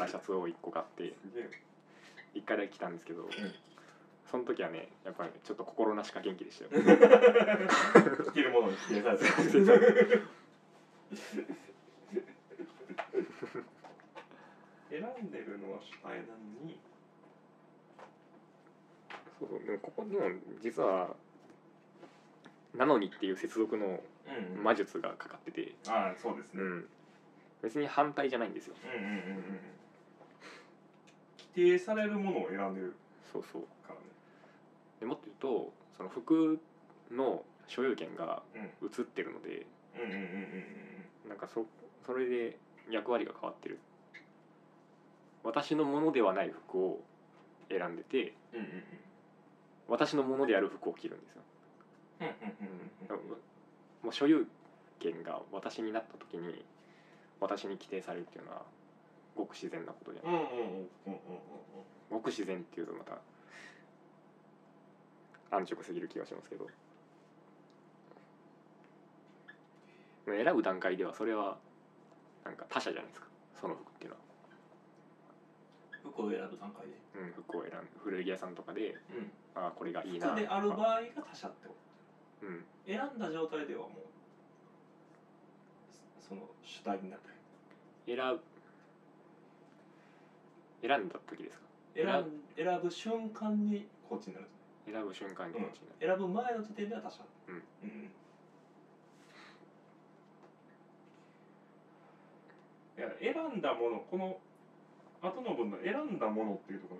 Speaker 3: ラシャツを1個買って
Speaker 4: 前すげえ
Speaker 3: 1回だけ来たんですけど、その時はねやっぱり、ちょっと心なしか元気でしたよ
Speaker 4: 着るものに着れされて選んでるのは主体なのに
Speaker 3: そうそうでもここにも実は「なのに」っていう接続の
Speaker 4: うん
Speaker 3: 魔術がかかってて、
Speaker 4: ああそうですね
Speaker 3: うん、別に反対じゃないんですよ
Speaker 4: うんうんうんうんうん規定されるものを選んでる
Speaker 3: そうそう
Speaker 4: からね
Speaker 3: でもっと言うとその服の所有権が移ってるので
Speaker 4: うんうんうんうん
Speaker 3: なんかそそれで役割が変わってる私のものではない服を選んでて
Speaker 4: うんうんうんうん
Speaker 3: 私のものである服を着るんですよ
Speaker 4: うん
Speaker 3: だからもう所有権が私になった時に私に規定されるっていうのはごく自然なことじゃない
Speaker 4: うんうんうんうんうんうん
Speaker 3: ごく自然っていうとまた安直すぎる気がしますけど選ぶ段階ではそれはなんか他者じゃないですかその服っていうのは、
Speaker 4: 服を選ぶ段階で
Speaker 3: うん、服を選んで古着屋さんとかで
Speaker 4: うん
Speaker 3: ああこれがいいな
Speaker 4: 服である場合が他者ってこと
Speaker 3: うん、
Speaker 4: 選んだ状態ではもうその主体になって
Speaker 3: 選ぶ選んだ時ですか
Speaker 4: 選ん選ぶ瞬間にこっちになる
Speaker 3: 選ぶ瞬間にこっちになる、
Speaker 4: 選ぶ前の時点では他者
Speaker 3: うん
Speaker 4: うんいや選んだものこの後の分の選んだものっていうとこ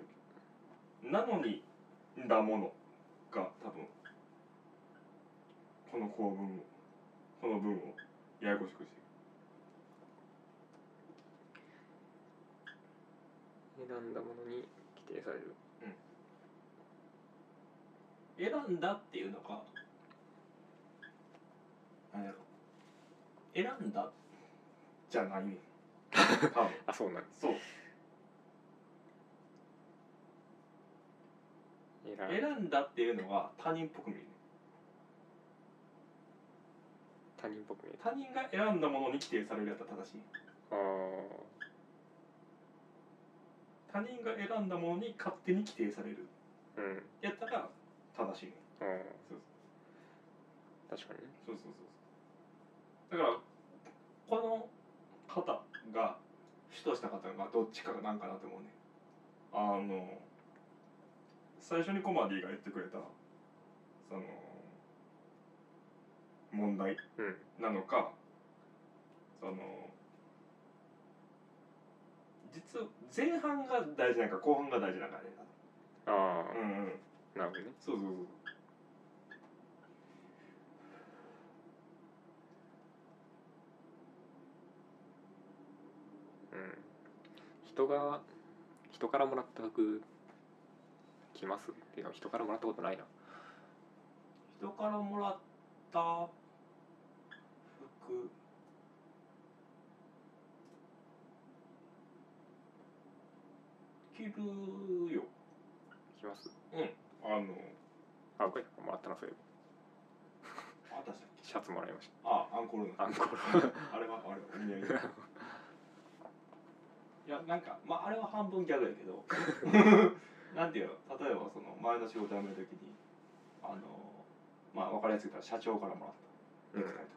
Speaker 4: ろなのにだものが多分この構文をこの文をややこしくしてる
Speaker 3: 選んだものに規定される
Speaker 4: 選んだっていうのか何やろ選んだじゃない [LAUGHS] ね多分
Speaker 3: あそうなんで
Speaker 4: そう
Speaker 3: す選
Speaker 4: 選んだっていうのが他人っぽく見える
Speaker 3: 他人っぽく見える
Speaker 4: 他人が選んだものに規定されるやつは正しい
Speaker 3: あ
Speaker 4: 他人が選んだものに勝手に規定される
Speaker 3: あうん
Speaker 4: やったら正しいね
Speaker 3: あー
Speaker 4: そう
Speaker 3: 確かにね
Speaker 4: そうそうそうだからこの方が主とした方がどっちかなんかなと思うねあの最初にコマディが言ってくれたその問題
Speaker 3: うん
Speaker 4: なのかその実は前半が大事なんか後半が大事なんかね
Speaker 3: ああ、
Speaker 4: うんうん
Speaker 3: なるほどね
Speaker 4: そうそうそう
Speaker 3: うん人が人からもらった服着ますっていうか人からもらったことないな
Speaker 4: 人からもらった服着るよ
Speaker 3: 着ます
Speaker 4: あの
Speaker 3: あ僕なんかもらったなそういえば
Speaker 4: あ私だっけ
Speaker 3: シャツもらいまし
Speaker 4: あアンコールの
Speaker 3: たアンコール
Speaker 4: [LAUGHS] あれはあれはお土産いやなんかまああれは半分ギャグやけ
Speaker 3: [LAUGHS]
Speaker 4: どなんていうの例えばその前の仕事辞める時にあのまあ分かりやすく言ったら社長からもらったネクタイとか、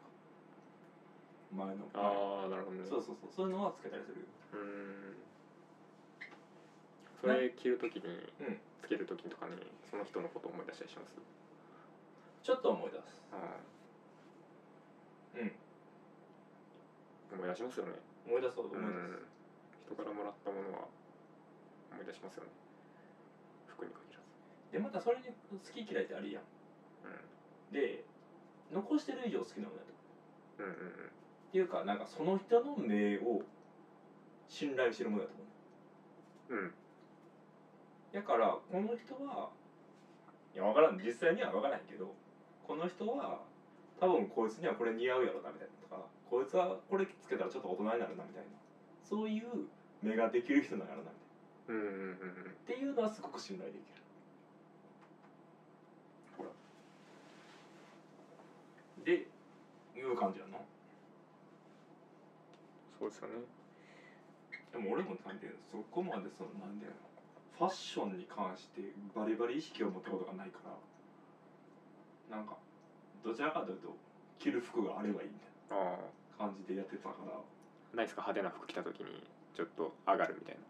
Speaker 4: 前のは
Speaker 3: ああなるほど
Speaker 4: い
Speaker 3: ね
Speaker 4: そうそうそうそういうのはつけたりする
Speaker 3: うーんそれ着るときに、
Speaker 4: うん
Speaker 3: つけるときとかにその人のこと思い出したりします
Speaker 4: ちょっと思い出すうん
Speaker 3: 思い出しますよね
Speaker 4: 思い出そう思
Speaker 3: う
Speaker 4: い出
Speaker 3: ん人からもらったものは思い出しますよね服に限ら
Speaker 4: すでまたそれに好き嫌いってあるやん
Speaker 3: ず、
Speaker 4: で残してる以上好きなものやと
Speaker 3: うん、うんうんうん
Speaker 4: っていうかなんかその人の名を信頼してるものだと思
Speaker 3: うん
Speaker 4: うだからこの人はいや分からん実際には分からんけどこの人は多分こいつにはこれ似合うやろなみたいなとかこいつはこれつけたらちょっと大人になるなみたいなそういう目ができる人なんやろなみ
Speaker 3: うんうんうんうん
Speaker 4: たいなっていうのはすごく信頼できるほらでいう感じやな
Speaker 3: そうですよね
Speaker 4: でも俺もなんていうのそこまでそのなんていうのファッションに関してバリバリ意識を持ったことがないからなんかどちらかというと着る服があればいいみたい
Speaker 3: あ
Speaker 4: な感じでやってたから
Speaker 3: あないですか派手な服着たときにちょっと上がるみたいな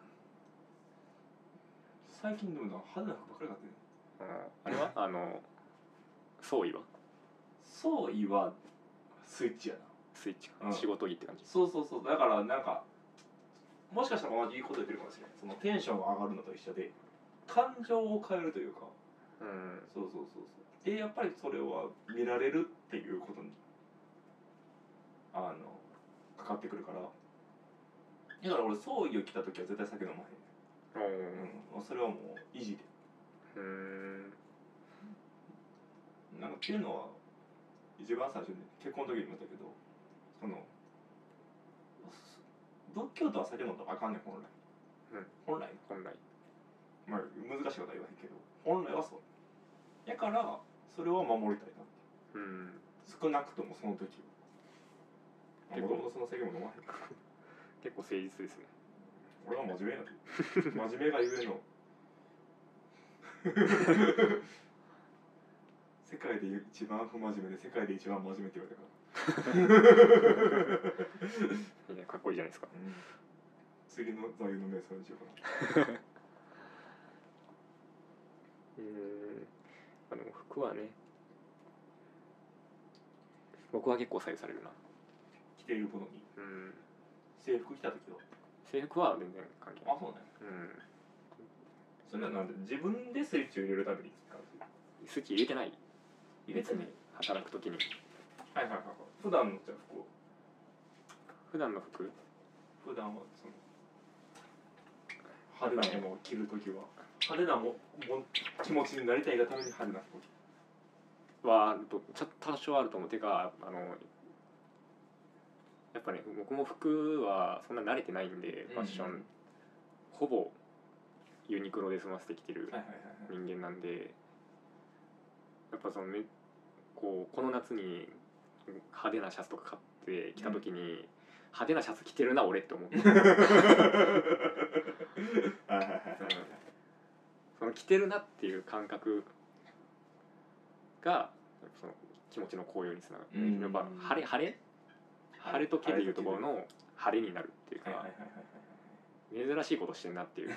Speaker 4: 最近でもなんか派手な服ばっかり買ってる
Speaker 3: あああれはあの総意は
Speaker 4: そういはスイッチやな
Speaker 3: スイッチか、
Speaker 4: うん
Speaker 3: 仕事着って感じ
Speaker 4: そうそうそうだからなんかもしかしたら同じこと言ってるかもしれないそのテンションが上がるのと一緒で感情を変えるというか
Speaker 3: うん
Speaker 4: そうそうそうそうでやっぱりそれは見られるっていうことにあのかかってくるからだから俺総意を着た時は絶対酒飲ま
Speaker 3: お
Speaker 4: へん、
Speaker 3: ー
Speaker 4: うん、それはもう維持で
Speaker 3: うーん
Speaker 4: なんかっていうのは一番最初に結婚の時に言いましたけどそのす仏教とは酒飲んだらあかんねん本来、
Speaker 3: うん
Speaker 4: 本来
Speaker 3: 本来
Speaker 4: まあ難しいことは言わへんけど本来はそうだからそれは守りたいな
Speaker 3: うん
Speaker 4: 少なくともその時は
Speaker 3: 結
Speaker 4: もと
Speaker 3: 構
Speaker 4: もとその制限も飲まへんから
Speaker 3: 結構誠実ですね
Speaker 4: 俺は真面目やな [LAUGHS] 真面目がゆえの世界で一番不真面目で世界で一番真面目って言われた [LAUGHS] から、
Speaker 3: いいねかっこいいじゃないですか
Speaker 4: 次の座右の銘それにしようかな
Speaker 3: うーんまあでも服はね僕は結構左右されるな
Speaker 4: 着ているものに
Speaker 3: うん
Speaker 4: 制服着た時は
Speaker 3: 制服は全然関係ない
Speaker 4: あそうね
Speaker 3: うん
Speaker 4: それはなんで自分でスイッチを入れるために着た感じ
Speaker 3: スイッチ入れてない
Speaker 4: 入れてない
Speaker 3: 別に働く時に
Speaker 4: はいはいはいはい普段のじゃあ服を
Speaker 3: 普段の服
Speaker 4: 普段はその派手なものを着るときは派手なもも気持ちになりたいがために派手な服を着る
Speaker 3: はあるとちょっと多少あると思うてかあのやっぱね僕も服はそんな慣れてないんで、ファッショ
Speaker 4: うん
Speaker 3: ンほぼユニクロで済ませてきてる
Speaker 4: はいはいはいはい
Speaker 3: 人間なんでやっぱそのめこうこの夏に派手なシャツとか買ってきた時に、派手なシャツ着てるな俺って思って
Speaker 4: はいはいはいはい
Speaker 3: その着てるなっていう感覚がその気持ちの高揚につながって、
Speaker 4: うん
Speaker 3: やっぱ晴れ晴れ晴れとけでいうところの晴れになるっていう
Speaker 4: はいはいは
Speaker 3: か
Speaker 4: いはい
Speaker 3: 珍しいことしてんなっていう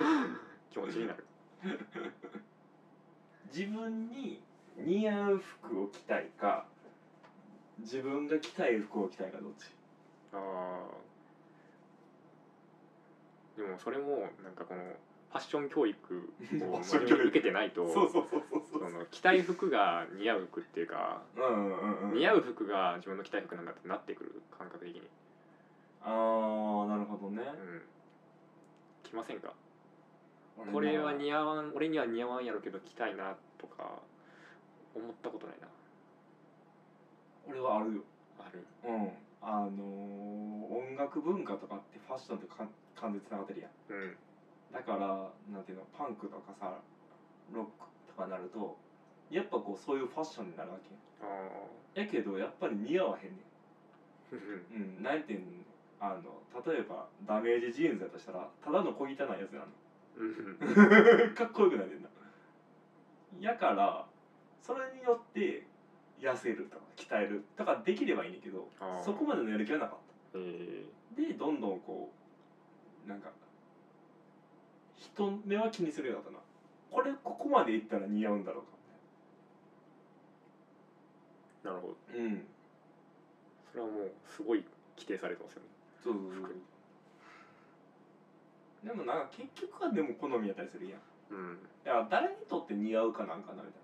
Speaker 4: [LAUGHS]
Speaker 3: 気持ちになる
Speaker 4: 自分に似合う服を着たいか自分が着たい服を着たいかどっち
Speaker 3: あーでもそれもなんかこのファッション教育
Speaker 4: ファ
Speaker 3: を
Speaker 4: ッション
Speaker 3: 真
Speaker 4: 教育
Speaker 3: 面目に受けてないと
Speaker 4: そうそうそうそ
Speaker 3: その着たい服が似合う服っていうか
Speaker 4: うんうんうんうん
Speaker 3: 似合う服が自分の着たい服なんだってなってくる感覚的に、
Speaker 4: ああなるほどね
Speaker 3: うん、着ませんかこれは
Speaker 4: 合
Speaker 3: 似合わん俺には似合わんやろうけど着たいなとか思ったことないな
Speaker 4: 俺はあるよ
Speaker 3: ある
Speaker 4: うんあのー音楽文化とかってファッションとかん完全につながってるやん
Speaker 3: うん
Speaker 4: だからなんていうのパンクとかさロックとかなるとやっぱこうそういうファッションになるわけ
Speaker 3: あ
Speaker 4: ややけどやっぱり似合わへんね
Speaker 3: ーうん
Speaker 4: んうんなんていうのあの例えばダメージジーンズだとしたらただの小 [LAUGHS] 汚いやつな
Speaker 3: うん
Speaker 4: のかっこよくないねんなやからそれによって痩せるとか鍛えるとかできればいいねんだけど
Speaker 3: あー
Speaker 4: そこまでのやる気はなかっ
Speaker 3: [LAUGHS] えー
Speaker 4: たでどんどんこうなんか人目は気にするようになったなこれここまでいったら似合うんだろうか
Speaker 3: なるほど
Speaker 4: みたいなうん
Speaker 3: それはもうすごい規定されてますよね
Speaker 4: そうそうそうでもなんか結局はでも好みやったりするやん
Speaker 3: うん
Speaker 4: いや誰にとって似合うかなんかなみたい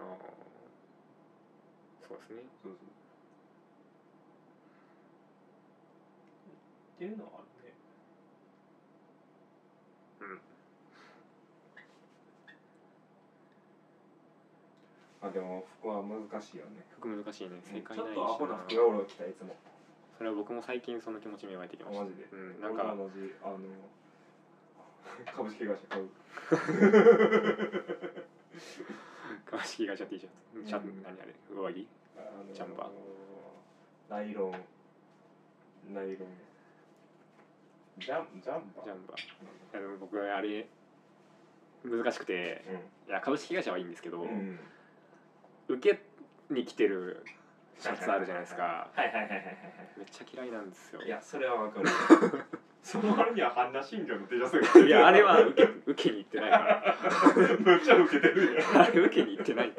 Speaker 4: な
Speaker 3: ああそうですね
Speaker 4: そうそうっていうのはあるね
Speaker 3: うん
Speaker 4: まあでも服は難しいよね
Speaker 3: 服難しいね正解
Speaker 4: ちょ
Speaker 3: な
Speaker 4: っ
Speaker 3: い
Speaker 4: とアホな服
Speaker 3: し
Speaker 4: が俺は着たいつも
Speaker 3: それは僕も最近その気持ちに湧いてきました
Speaker 4: マジで
Speaker 3: うん、な
Speaker 4: なんんか
Speaker 3: か
Speaker 4: 同じあの [LAUGHS] 株式会社
Speaker 3: [LAUGHS]
Speaker 4: 買う
Speaker 3: 株式会社 T シャツ、ちゃ
Speaker 4: うん
Speaker 3: 何あれ上着
Speaker 4: あの
Speaker 3: ジャンパー
Speaker 4: ナイロンナイロンジャンジャンパー
Speaker 3: ジャンパーいやでも僕あれ難しくていや株式会社はいいんですけど、
Speaker 4: うん、うん、
Speaker 3: 受けに来てるシャツあるじゃないですか
Speaker 4: はいはいはいはいは
Speaker 3: めっちゃ嫌いなんですよ
Speaker 4: いいやそれはわか
Speaker 3: [LAUGHS]
Speaker 4: るその割には半田信玄の手す
Speaker 3: いやあれは受け受けに行ってないから
Speaker 4: [LAUGHS] むっちゃ受けてるやん
Speaker 3: あれ受けに行ってない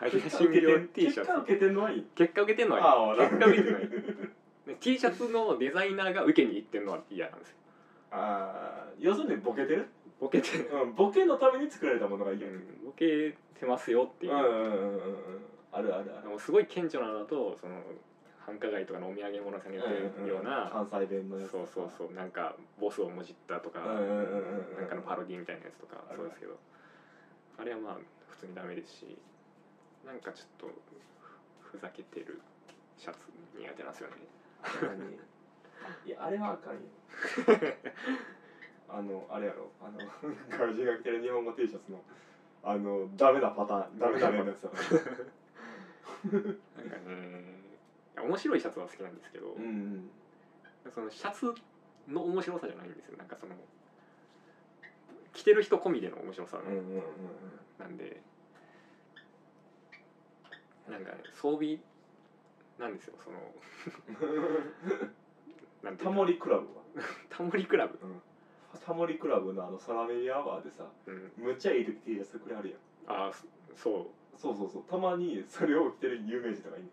Speaker 3: あれが診療 T シャ
Speaker 4: 結果
Speaker 3: ツ
Speaker 4: 受けてんのはいい
Speaker 3: 結果受けてんのは
Speaker 4: ああ
Speaker 3: いい結果受けてないで T シャツのデザイナーが受けに行ってんのは嫌なんですよ
Speaker 4: あー要するにボケてる、
Speaker 3: ボケて、
Speaker 4: うん、ボケのために作られたものがいいやん、
Speaker 3: うんボケてますよっていう、
Speaker 4: うんうんうんうんうんあるあるあ
Speaker 3: で
Speaker 4: る
Speaker 3: もすごい顕著なのだとその繁華街とかのお土産物屋さんに売ってるような、
Speaker 4: 関西弁のやつ
Speaker 3: そうそうそうなんかボスをもじったとか、
Speaker 4: うんうんうんうん
Speaker 3: なんかのパロディみたいなやつとか
Speaker 4: ある
Speaker 3: そうですけどあれはまあ普通にダメですしなんかちょっとふざけてるシャツ苦手なんですよね
Speaker 4: いやあれはあかんよあのあれやろあの外人が着てる日本語 T シャツのあのダメなパターンダメな例のやつやろ
Speaker 3: [LAUGHS] なんかねいや面白いシャツは好きなんですけど、
Speaker 4: うんうん
Speaker 3: そのシャツの面白さじゃないんですよなんかその着てる人込みでの面白さ、
Speaker 4: うんうんうんうん
Speaker 3: なんでなんかね装備なんですよそのなんてい
Speaker 4: タ
Speaker 3: うか
Speaker 4: モリクラブは、
Speaker 3: タモリクラブ、
Speaker 4: タモリクラブのあのサラメリアワーでさ
Speaker 3: うん、
Speaker 4: むっちゃいい T シャツくれはるやん
Speaker 3: ああそ
Speaker 4: そうそうそうたまにそれを着てる有名人とかいい
Speaker 3: [LAUGHS]
Speaker 4: ね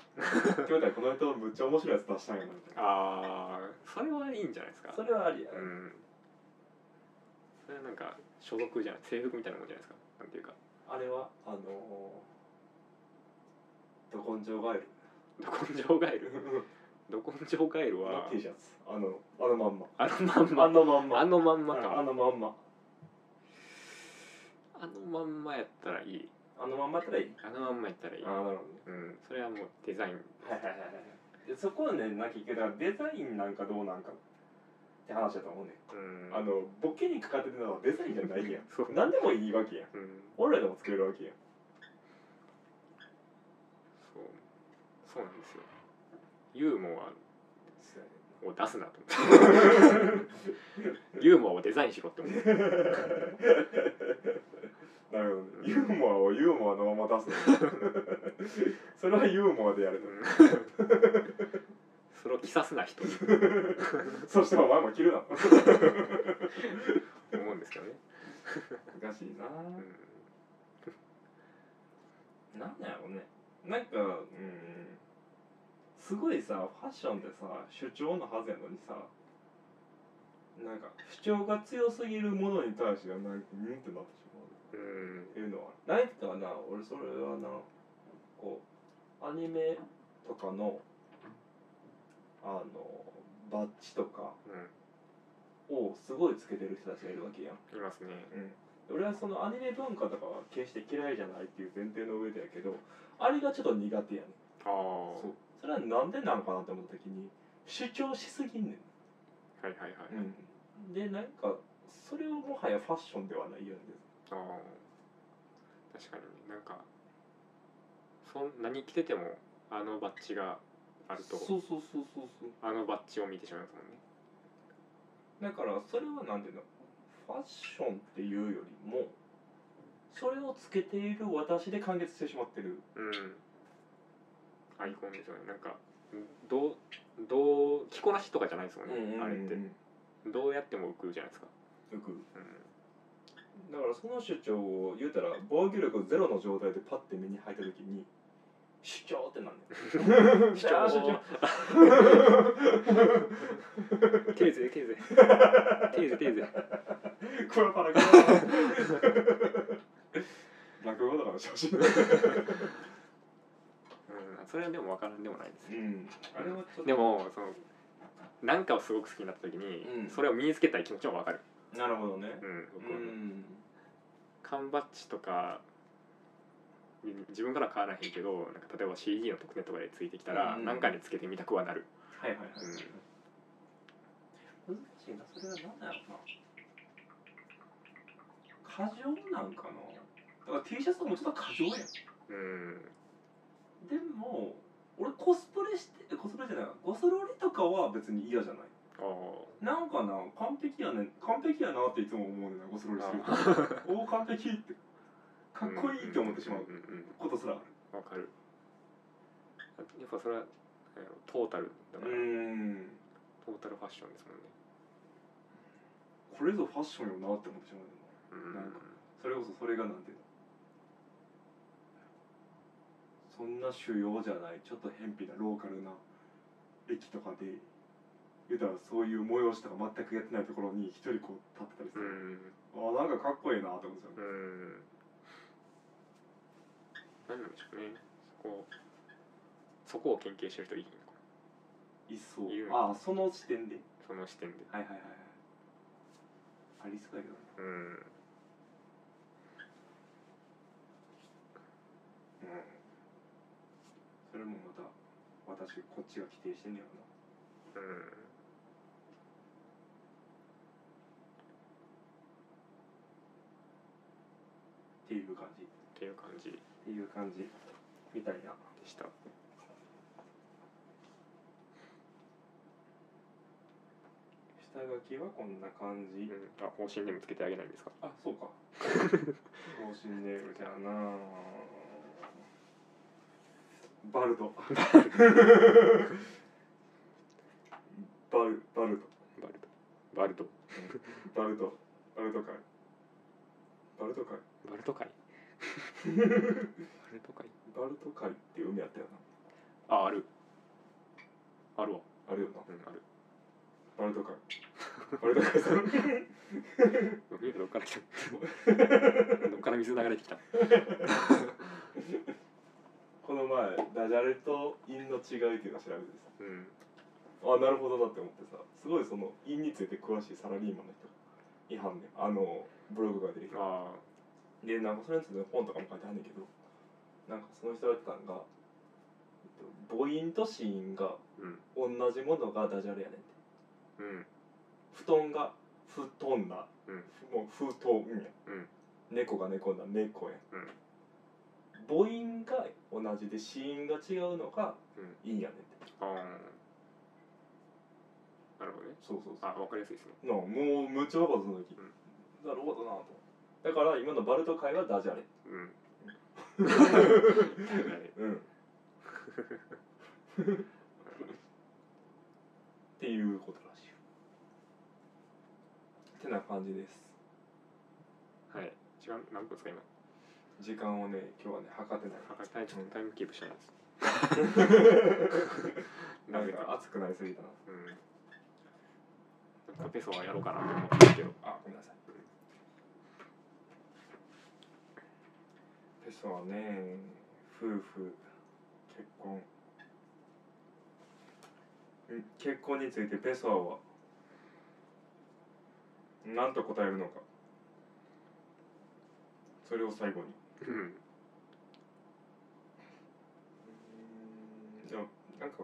Speaker 4: 兄弟この人むっちゃ面白いやつ出したんやなみた
Speaker 3: う
Speaker 4: いな
Speaker 3: ああそれはいいんじゃないですか
Speaker 4: それはありや、
Speaker 3: うんそれはなんか所属じゃない制服みたいなもんじゃないですかなんていうか
Speaker 4: あれはあのー、ど根性ガエル
Speaker 3: ど根性
Speaker 4: [LAUGHS]
Speaker 3: ガエルど根性ガエル
Speaker 4: の
Speaker 3: は
Speaker 4: T シャツあのあのまんま
Speaker 3: あのまん
Speaker 4: あ
Speaker 3: ま
Speaker 4: のまんま
Speaker 3: あのまん
Speaker 4: あ
Speaker 3: まか
Speaker 4: のまんま
Speaker 3: あのまんまやったらいい
Speaker 4: あのまんまやったらいい
Speaker 3: あのまんまやったらいい
Speaker 4: ああなるほどね
Speaker 3: うんそれはもうデザイン
Speaker 4: はいはいはいはいでそこはねなんかいけどデザインなんかどうなんかって話だと思うね
Speaker 3: うん
Speaker 4: あのボケにかかってるのはデザインじゃない [LAUGHS] やん
Speaker 3: そう
Speaker 4: 何でもいいわけやん
Speaker 3: うん
Speaker 4: 俺らでも作れるわけやん
Speaker 3: そうそうなんですよユーモアを出すなと思ってユーモアをデザインしろって思って
Speaker 4: なるほどねユーモアをユーモアのまま出す [LAUGHS] のそれはユーモアでやるの
Speaker 3: それを着さすな人に
Speaker 4: [LAUGHS] そしてお前も着るな
Speaker 3: 思うんですけどね、
Speaker 4: 難しいな
Speaker 3: うん、
Speaker 4: なんだろうねなんかうんすごいさファッションってさ主張のはずやのにさなんか主張が強すぎるものに対してはなんかうんってなってしまう
Speaker 3: う
Speaker 4: っ
Speaker 3: ん
Speaker 4: ていうのはないかな俺それはなこうアニメとかのあのバッジとか
Speaker 3: う
Speaker 4: をすごいつけてる人たちがいるわけやん、
Speaker 3: ん、いますね
Speaker 4: 俺はそのアニメ文化とかは決して嫌いじゃないっていう前提の上でやけどあれがちょっと苦手やねん
Speaker 3: ああは
Speaker 4: そうそれはなんでなんかなって思った時に主張しすぎんね
Speaker 3: いはいはい、
Speaker 4: ん、でなんかそれをもはやファッションではないよね
Speaker 3: ああ確かにねなんかそん何着ててもあのバッジがあると
Speaker 4: そうそうそうそうそう
Speaker 3: あのバッジを見てしまいますもん
Speaker 4: だ
Speaker 3: ね
Speaker 4: からそれはなんていうのファッションっていうよりもそれをつけている私で完結してしまってる
Speaker 3: うんアイコンですよねなんかどうどう着こなしとかじゃないですもんね、あれってどうやっても浮くじゃないですか、
Speaker 4: よく
Speaker 3: う
Speaker 4: だからその主張を言うたら防御力ゼロの状態でパッて目に入った時に主張ってなんだよ [LAUGHS]
Speaker 3: 主張
Speaker 4: あー主張
Speaker 3: ん、 [LAUGHS] テーゼテーゼテーゼテーゼ
Speaker 4: これはパラグラ落語だから写真
Speaker 3: うんそれはでも分からんでもないですね、
Speaker 4: んあれはちょっと
Speaker 3: でもそのなんかをすごく好きになった時に、
Speaker 4: うん
Speaker 3: それを身につけたい気持ちも分かる、
Speaker 4: なるほどね
Speaker 3: うん
Speaker 4: う
Speaker 3: 僕はね
Speaker 4: ん
Speaker 3: 缶バッジとかうん自分からは買わないけどなんか例えば CD の特典とかでついてきたら
Speaker 4: うん
Speaker 3: 何かにつけてみたくはなる、
Speaker 4: はいはいはい
Speaker 3: うん
Speaker 4: 難しいなそれは何だろうな過剰なんかなだから T シャツとかもちょっと過剰やん
Speaker 3: うん
Speaker 4: でも俺コスプレしてコスプレじゃないゴスロリとかは別に嫌じゃない
Speaker 3: あー
Speaker 4: なんかな完璧やね完璧やなっていつも思うねんなゴスロリしてる
Speaker 3: あー
Speaker 4: おお完璧ってかっこいいって思ってしまうん
Speaker 3: んん
Speaker 4: ことすらある
Speaker 3: わかるやっぱそれはなんやろトータルだから、
Speaker 4: ん
Speaker 3: トータルファッションですもんね
Speaker 4: これぞファッションよなって思ってしまうねんな
Speaker 3: う
Speaker 4: な
Speaker 3: ん
Speaker 4: んかそれこそそれがなんていうのそんな主要じゃないちょっと偏僻なローカルな駅とかで言うたらそういう催しとか全くやってないところに一人こう立ってたりす
Speaker 3: う
Speaker 4: る、
Speaker 3: ん
Speaker 4: あなんかかっこいいなと思うんですよ、
Speaker 3: うん何なんでしょうねそこそこを研究してる人いいのかない
Speaker 4: っそう
Speaker 3: いる
Speaker 4: あその視点で
Speaker 3: その視点で
Speaker 4: はいはいはいはいありそうだけどね
Speaker 3: うん
Speaker 4: うんそれもまた私こっちが規定してんねやろな
Speaker 3: うん
Speaker 4: っていう感じっ
Speaker 3: っていう感じで
Speaker 4: ていう感じみたいな
Speaker 3: した
Speaker 4: 下書きはこんな感じ、
Speaker 3: うん、あ方針でもつけてあげないんですか
Speaker 4: あそう [LAUGHS] か方針でみたいなバルトバルバルト
Speaker 3: バルトバルト
Speaker 4: バルトバルト会バルト会
Speaker 3: バルト会バルト会
Speaker 4: バルト会っていう海あったよな
Speaker 3: ああるあるわ
Speaker 4: あるよな
Speaker 3: うんある
Speaker 4: バルト会バルト会さん
Speaker 3: 海がどっから来たどっから水流れてきた
Speaker 4: この前ダジャレと韻の違いっていうのを調べてさ
Speaker 3: うん
Speaker 4: あなるほどなって思ってさすごいその韻について詳しいサラリーマンの人いはんねんあのブログが出てきた
Speaker 3: あ
Speaker 4: でなんかそれについての本とかも書いてあるんだけどなんかその人が言ってたのが、えっと、母音と子音が
Speaker 3: ーうん
Speaker 4: 同じものがダジャレやねんって
Speaker 3: うん
Speaker 4: 布団が布団だ、
Speaker 3: うん
Speaker 4: もう布団や、
Speaker 3: うん
Speaker 4: 猫が猫だ猫や、
Speaker 3: うん
Speaker 4: 母音が同じで子音が違うのが
Speaker 3: うん
Speaker 4: いいんやねんって
Speaker 3: ああなるほどね
Speaker 4: そうそう
Speaker 3: あわかりやすいですね
Speaker 4: なあもうむっちゃ分かったその時、
Speaker 3: うん
Speaker 4: なるほどなとだから今のバルト会はダジャレ
Speaker 3: うん [LAUGHS]
Speaker 4: うんっていうことらしいよてな感じです
Speaker 3: はい時間何分ですか今
Speaker 4: 時間をね今日はね測ってない
Speaker 3: あタイちょっとタイムキープしたんです
Speaker 4: [LAUGHS] なんか熱くなりすぎたな
Speaker 3: うんなんかペソはやろうかなと思ったんですけど
Speaker 4: あごめんなさいペソはね夫婦結婚ん結婚についてペソは何と答えるのかそれを最後に
Speaker 3: うん
Speaker 4: いやなんか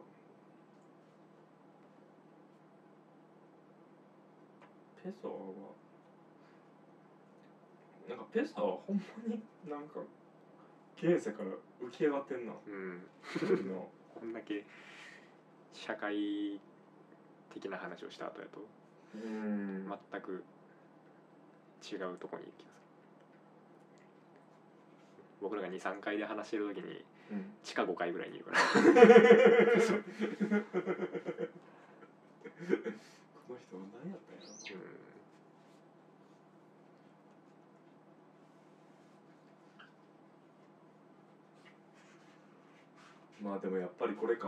Speaker 4: ペソはなんかペソはほんまになんか現世から浮き上がってんな
Speaker 3: うん
Speaker 4: の
Speaker 3: こんだけ社会的な話をした後やと
Speaker 4: うん [LAUGHS]
Speaker 3: 全く違うとこに行きます僕らが23回で話してる時に
Speaker 4: うん
Speaker 3: 地下5階ぐらいにいるから
Speaker 4: この人何やったんやろ
Speaker 3: う
Speaker 4: まあでもやっぱりこれか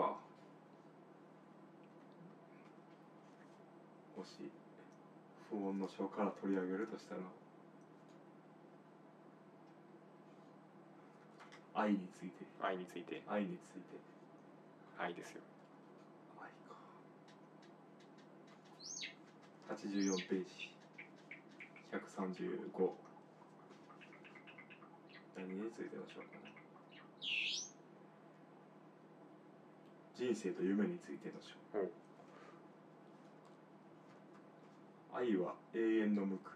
Speaker 4: もし不穏の書から取り上げるとしたら愛について
Speaker 3: ん愛について
Speaker 4: 愛について
Speaker 3: 愛ですよ
Speaker 4: 愛か84ページ135何についてのしょうかな人生と夢についてのしょう、愛は永遠の無垢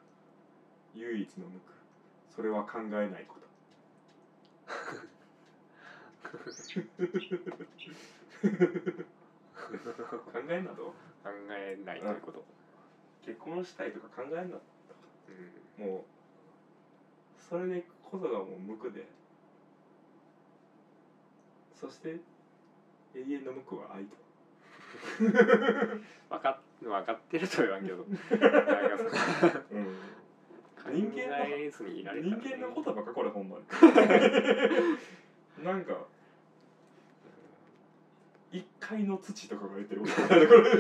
Speaker 4: 唯一の無垢それは考えないこと [LAUGHS] 考えんなと
Speaker 3: 考えないということ、
Speaker 4: 結婚したいとか考えんな
Speaker 3: うん、
Speaker 4: もうそれでこそがもう無垢でそして永遠の無垢は愛 [LAUGHS] と
Speaker 3: 分かっ分かってるとは言わん
Speaker 4: [LAUGHS]
Speaker 3: けどなんかその
Speaker 4: 人
Speaker 3: 人
Speaker 4: 間
Speaker 3: 間
Speaker 4: の
Speaker 3: 考えずにいられた
Speaker 4: 人
Speaker 3: らね
Speaker 4: 間の言葉かこれほん [LAUGHS] まになんか一階の土とかが言って [LAUGHS] ることになるこれ一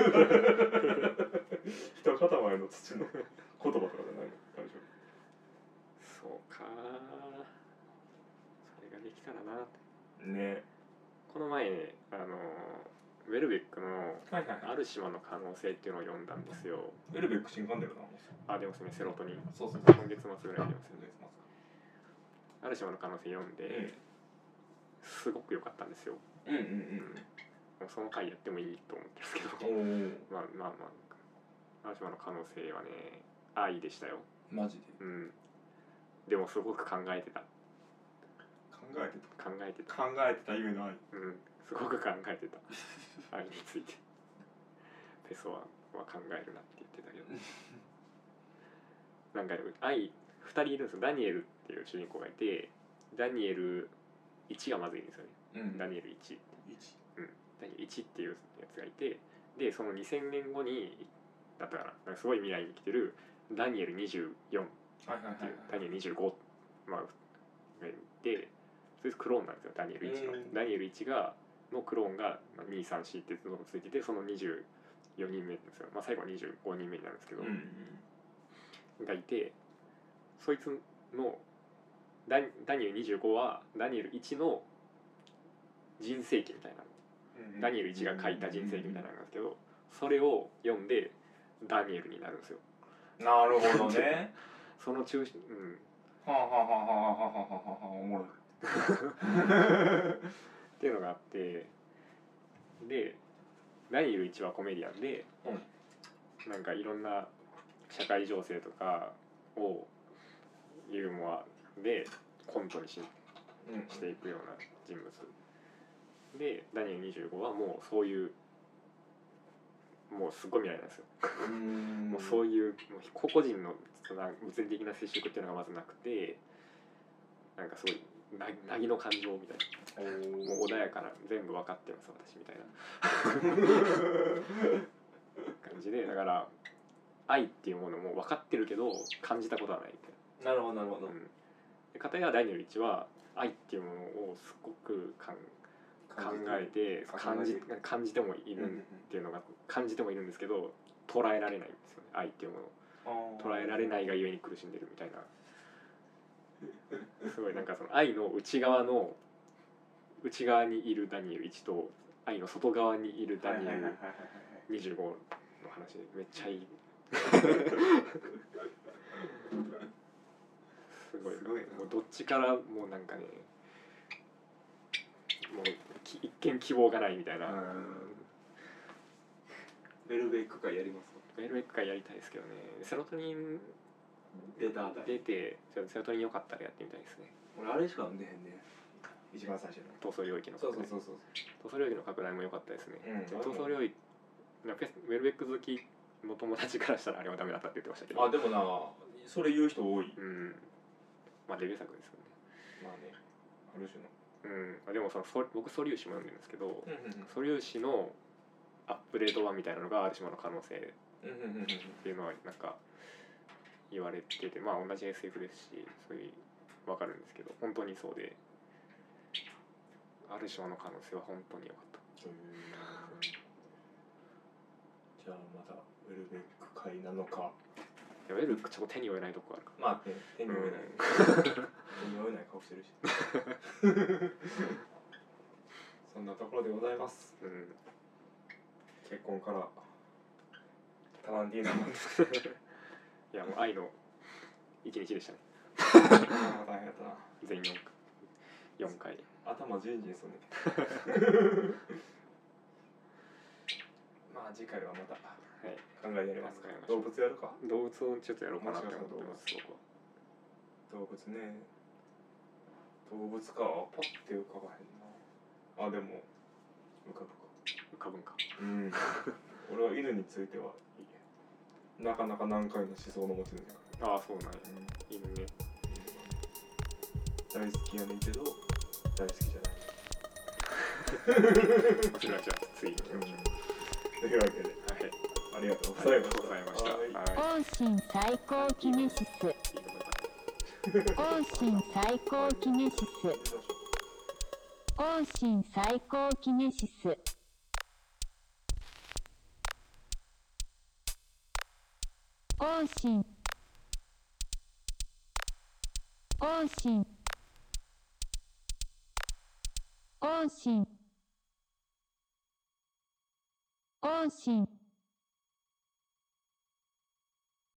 Speaker 4: 塊の土の言葉とかじゃない大丈夫
Speaker 3: そうかそれができたらなって
Speaker 4: ね
Speaker 3: この前ねあのウェルベックの
Speaker 4: はいはい
Speaker 3: ある島の可能性っていうのを読んだんですよ
Speaker 4: エルベック新刊だよな
Speaker 3: あでもですねセロトニン
Speaker 4: そうそうそう
Speaker 3: 今月末ぐらいに出ますよねある島の可能性読んで、すごく良かったんですよ
Speaker 4: うんうん
Speaker 3: もうその回やってもいいと思ってるんですけ
Speaker 4: う
Speaker 3: ど
Speaker 4: んお
Speaker 3: まあまあまあある島の可能性はね愛でしたよ
Speaker 4: おマジで
Speaker 3: うんでもすごく考えてた
Speaker 4: 考えて
Speaker 3: 考えて
Speaker 4: た
Speaker 3: た
Speaker 4: 考えてたゆえの愛
Speaker 3: うんすごく考えて
Speaker 4: [LAUGHS]
Speaker 3: た愛についてペソはは考えるなって言ってたけどなんかでも愛2人いるんですよダニエルっていう主人公がいてダニエル1がまずいんですよね、
Speaker 4: うん
Speaker 3: ダニエル1ダニエル1っていうやつがいてでその2000年後にだったかななんかすごい未来に来てるダニエル24
Speaker 4: はいはい
Speaker 3: っていうダニエル25、まあ、でそれクローンなんですよダニエル1の、
Speaker 4: うん
Speaker 3: ダニエル1がのクローンがまあ234ってどんどんついててその24人目ですよ、まあ、最後は25人目になるんですけど、
Speaker 4: う
Speaker 3: がいてそいつのダニダニエル25はダニエル1の人生記みたいな、
Speaker 4: ん
Speaker 3: ダニエル1が書いた人生記みたいなのなんですけどそれを読んでダニエルになるんですよ
Speaker 4: なるほどね
Speaker 3: その中心、うん、
Speaker 4: はあはあはあはあはあはあはあおもろい
Speaker 3: っていうのがあってでダニエル一はコメディアンで、なんかいろんな社会情勢とかをユーモアでコントにししていくような人物でダニエル25はもうそういうもうすっごい未来なんですよ、
Speaker 4: うん
Speaker 3: もうそう
Speaker 4: い
Speaker 3: いうもう個々人のその物理的な接触っていうのがまずなくてなんかすごいな凪の感情みたいな。もう
Speaker 4: う
Speaker 3: 穏やかな全部分かってます私みたいな [LAUGHS] 感じでだから愛っていうものも分かってるけど感じたことはないみた
Speaker 4: なるほどなるほ
Speaker 3: いな、うん、で片やダニエル1は愛っていうものをすごくかん考えて感
Speaker 4: 感じ
Speaker 3: じ
Speaker 4: て
Speaker 3: 感じてもい
Speaker 4: うんう
Speaker 3: る
Speaker 4: ん
Speaker 3: っていうのが感じてもいるんですけど捉えられないんですよね愛っていうものを
Speaker 4: あー
Speaker 3: 捉えられないがゆえに苦しんでるみたいなすごいなんかその愛の内側の内側にいるダニエル1と愛の外側にいるダ
Speaker 4: はいはい
Speaker 3: ニ
Speaker 4: はい
Speaker 3: エ
Speaker 4: はいは
Speaker 3: ル
Speaker 4: いはい
Speaker 3: 25の話めっちゃいい
Speaker 4: [LAUGHS]
Speaker 3: すごい
Speaker 4: すごいな
Speaker 3: もうどっちからもうなんかねもうき一見希望がないみたいな
Speaker 4: うんベルベック会やります
Speaker 3: ウェルベック会やりたいですけどねセロトニン
Speaker 4: 出た
Speaker 3: 出てじゃあセロトニンよかったらやってみたいですね
Speaker 4: 俺あれしか読んでへんね一番最初の
Speaker 3: 闘争領域の
Speaker 4: そう
Speaker 3: 拡
Speaker 4: そう
Speaker 3: 大
Speaker 4: そうそう
Speaker 3: 塗装領域の拡大も良かったですね
Speaker 4: うん
Speaker 3: 塗装領域なフェスウェルベック好きの友達からしたらあれはダメだったって言ってましたけど
Speaker 4: あでもなそれ言う人多い
Speaker 3: うんまあデビュー作ですよね
Speaker 4: まあねある種の
Speaker 3: うんあでもさそ僕素粒子も読んでるんですけど
Speaker 4: うんうん
Speaker 3: 素粒子のアップデート版みたいなのがアーティシマの可能性っ
Speaker 4: うんうんうんうん
Speaker 3: ていうのはなんか言われててまあ同じ SF ですしそういう分かるんですけど本当にそうでアルシマの可能性は本当に良かった
Speaker 4: じゃあまだウェルベック会なのか
Speaker 3: いわゆるちょっと手に負えないとこあるか
Speaker 4: まあね手に負えない、
Speaker 3: うん
Speaker 4: 手に負えない顔してるしそんなところでございます
Speaker 3: らうん
Speaker 4: 結婚からタランティーノまで
Speaker 3: いやもう愛の一日でしたね
Speaker 4: あー大変だな
Speaker 3: 全4四回
Speaker 4: 頭ジンジンするね [LAUGHS] まあ次回はまた
Speaker 3: はい
Speaker 4: 考えてやりますか
Speaker 3: 考えましょ
Speaker 4: 動
Speaker 3: う
Speaker 4: 物やるか
Speaker 3: 動物をちょっとやろうかなって思ってます僕は
Speaker 4: 動物ね動物かパッて浮かばへんなあでも浮かぶか
Speaker 3: 浮かぶんか
Speaker 4: うん [LAUGHS] 俺は犬についてはいいなかなか難解な思想の持ち主だか
Speaker 3: ああそうなんや
Speaker 4: ら、うん
Speaker 3: 犬ね
Speaker 4: 大好きやねんけど大好きじゃない [LAUGHS]
Speaker 3: それはじゃあ次行きましょ
Speaker 4: というわけで
Speaker 3: うはい
Speaker 4: ありがとうご
Speaker 3: あ
Speaker 4: ざい
Speaker 3: り
Speaker 4: ま
Speaker 3: が
Speaker 4: した
Speaker 3: とうございました。
Speaker 4: は
Speaker 3: はいい。
Speaker 1: 王神最高キネシス
Speaker 3: いいと思います
Speaker 1: 王神最高キネシス王神最高キネシス王神王神王神王神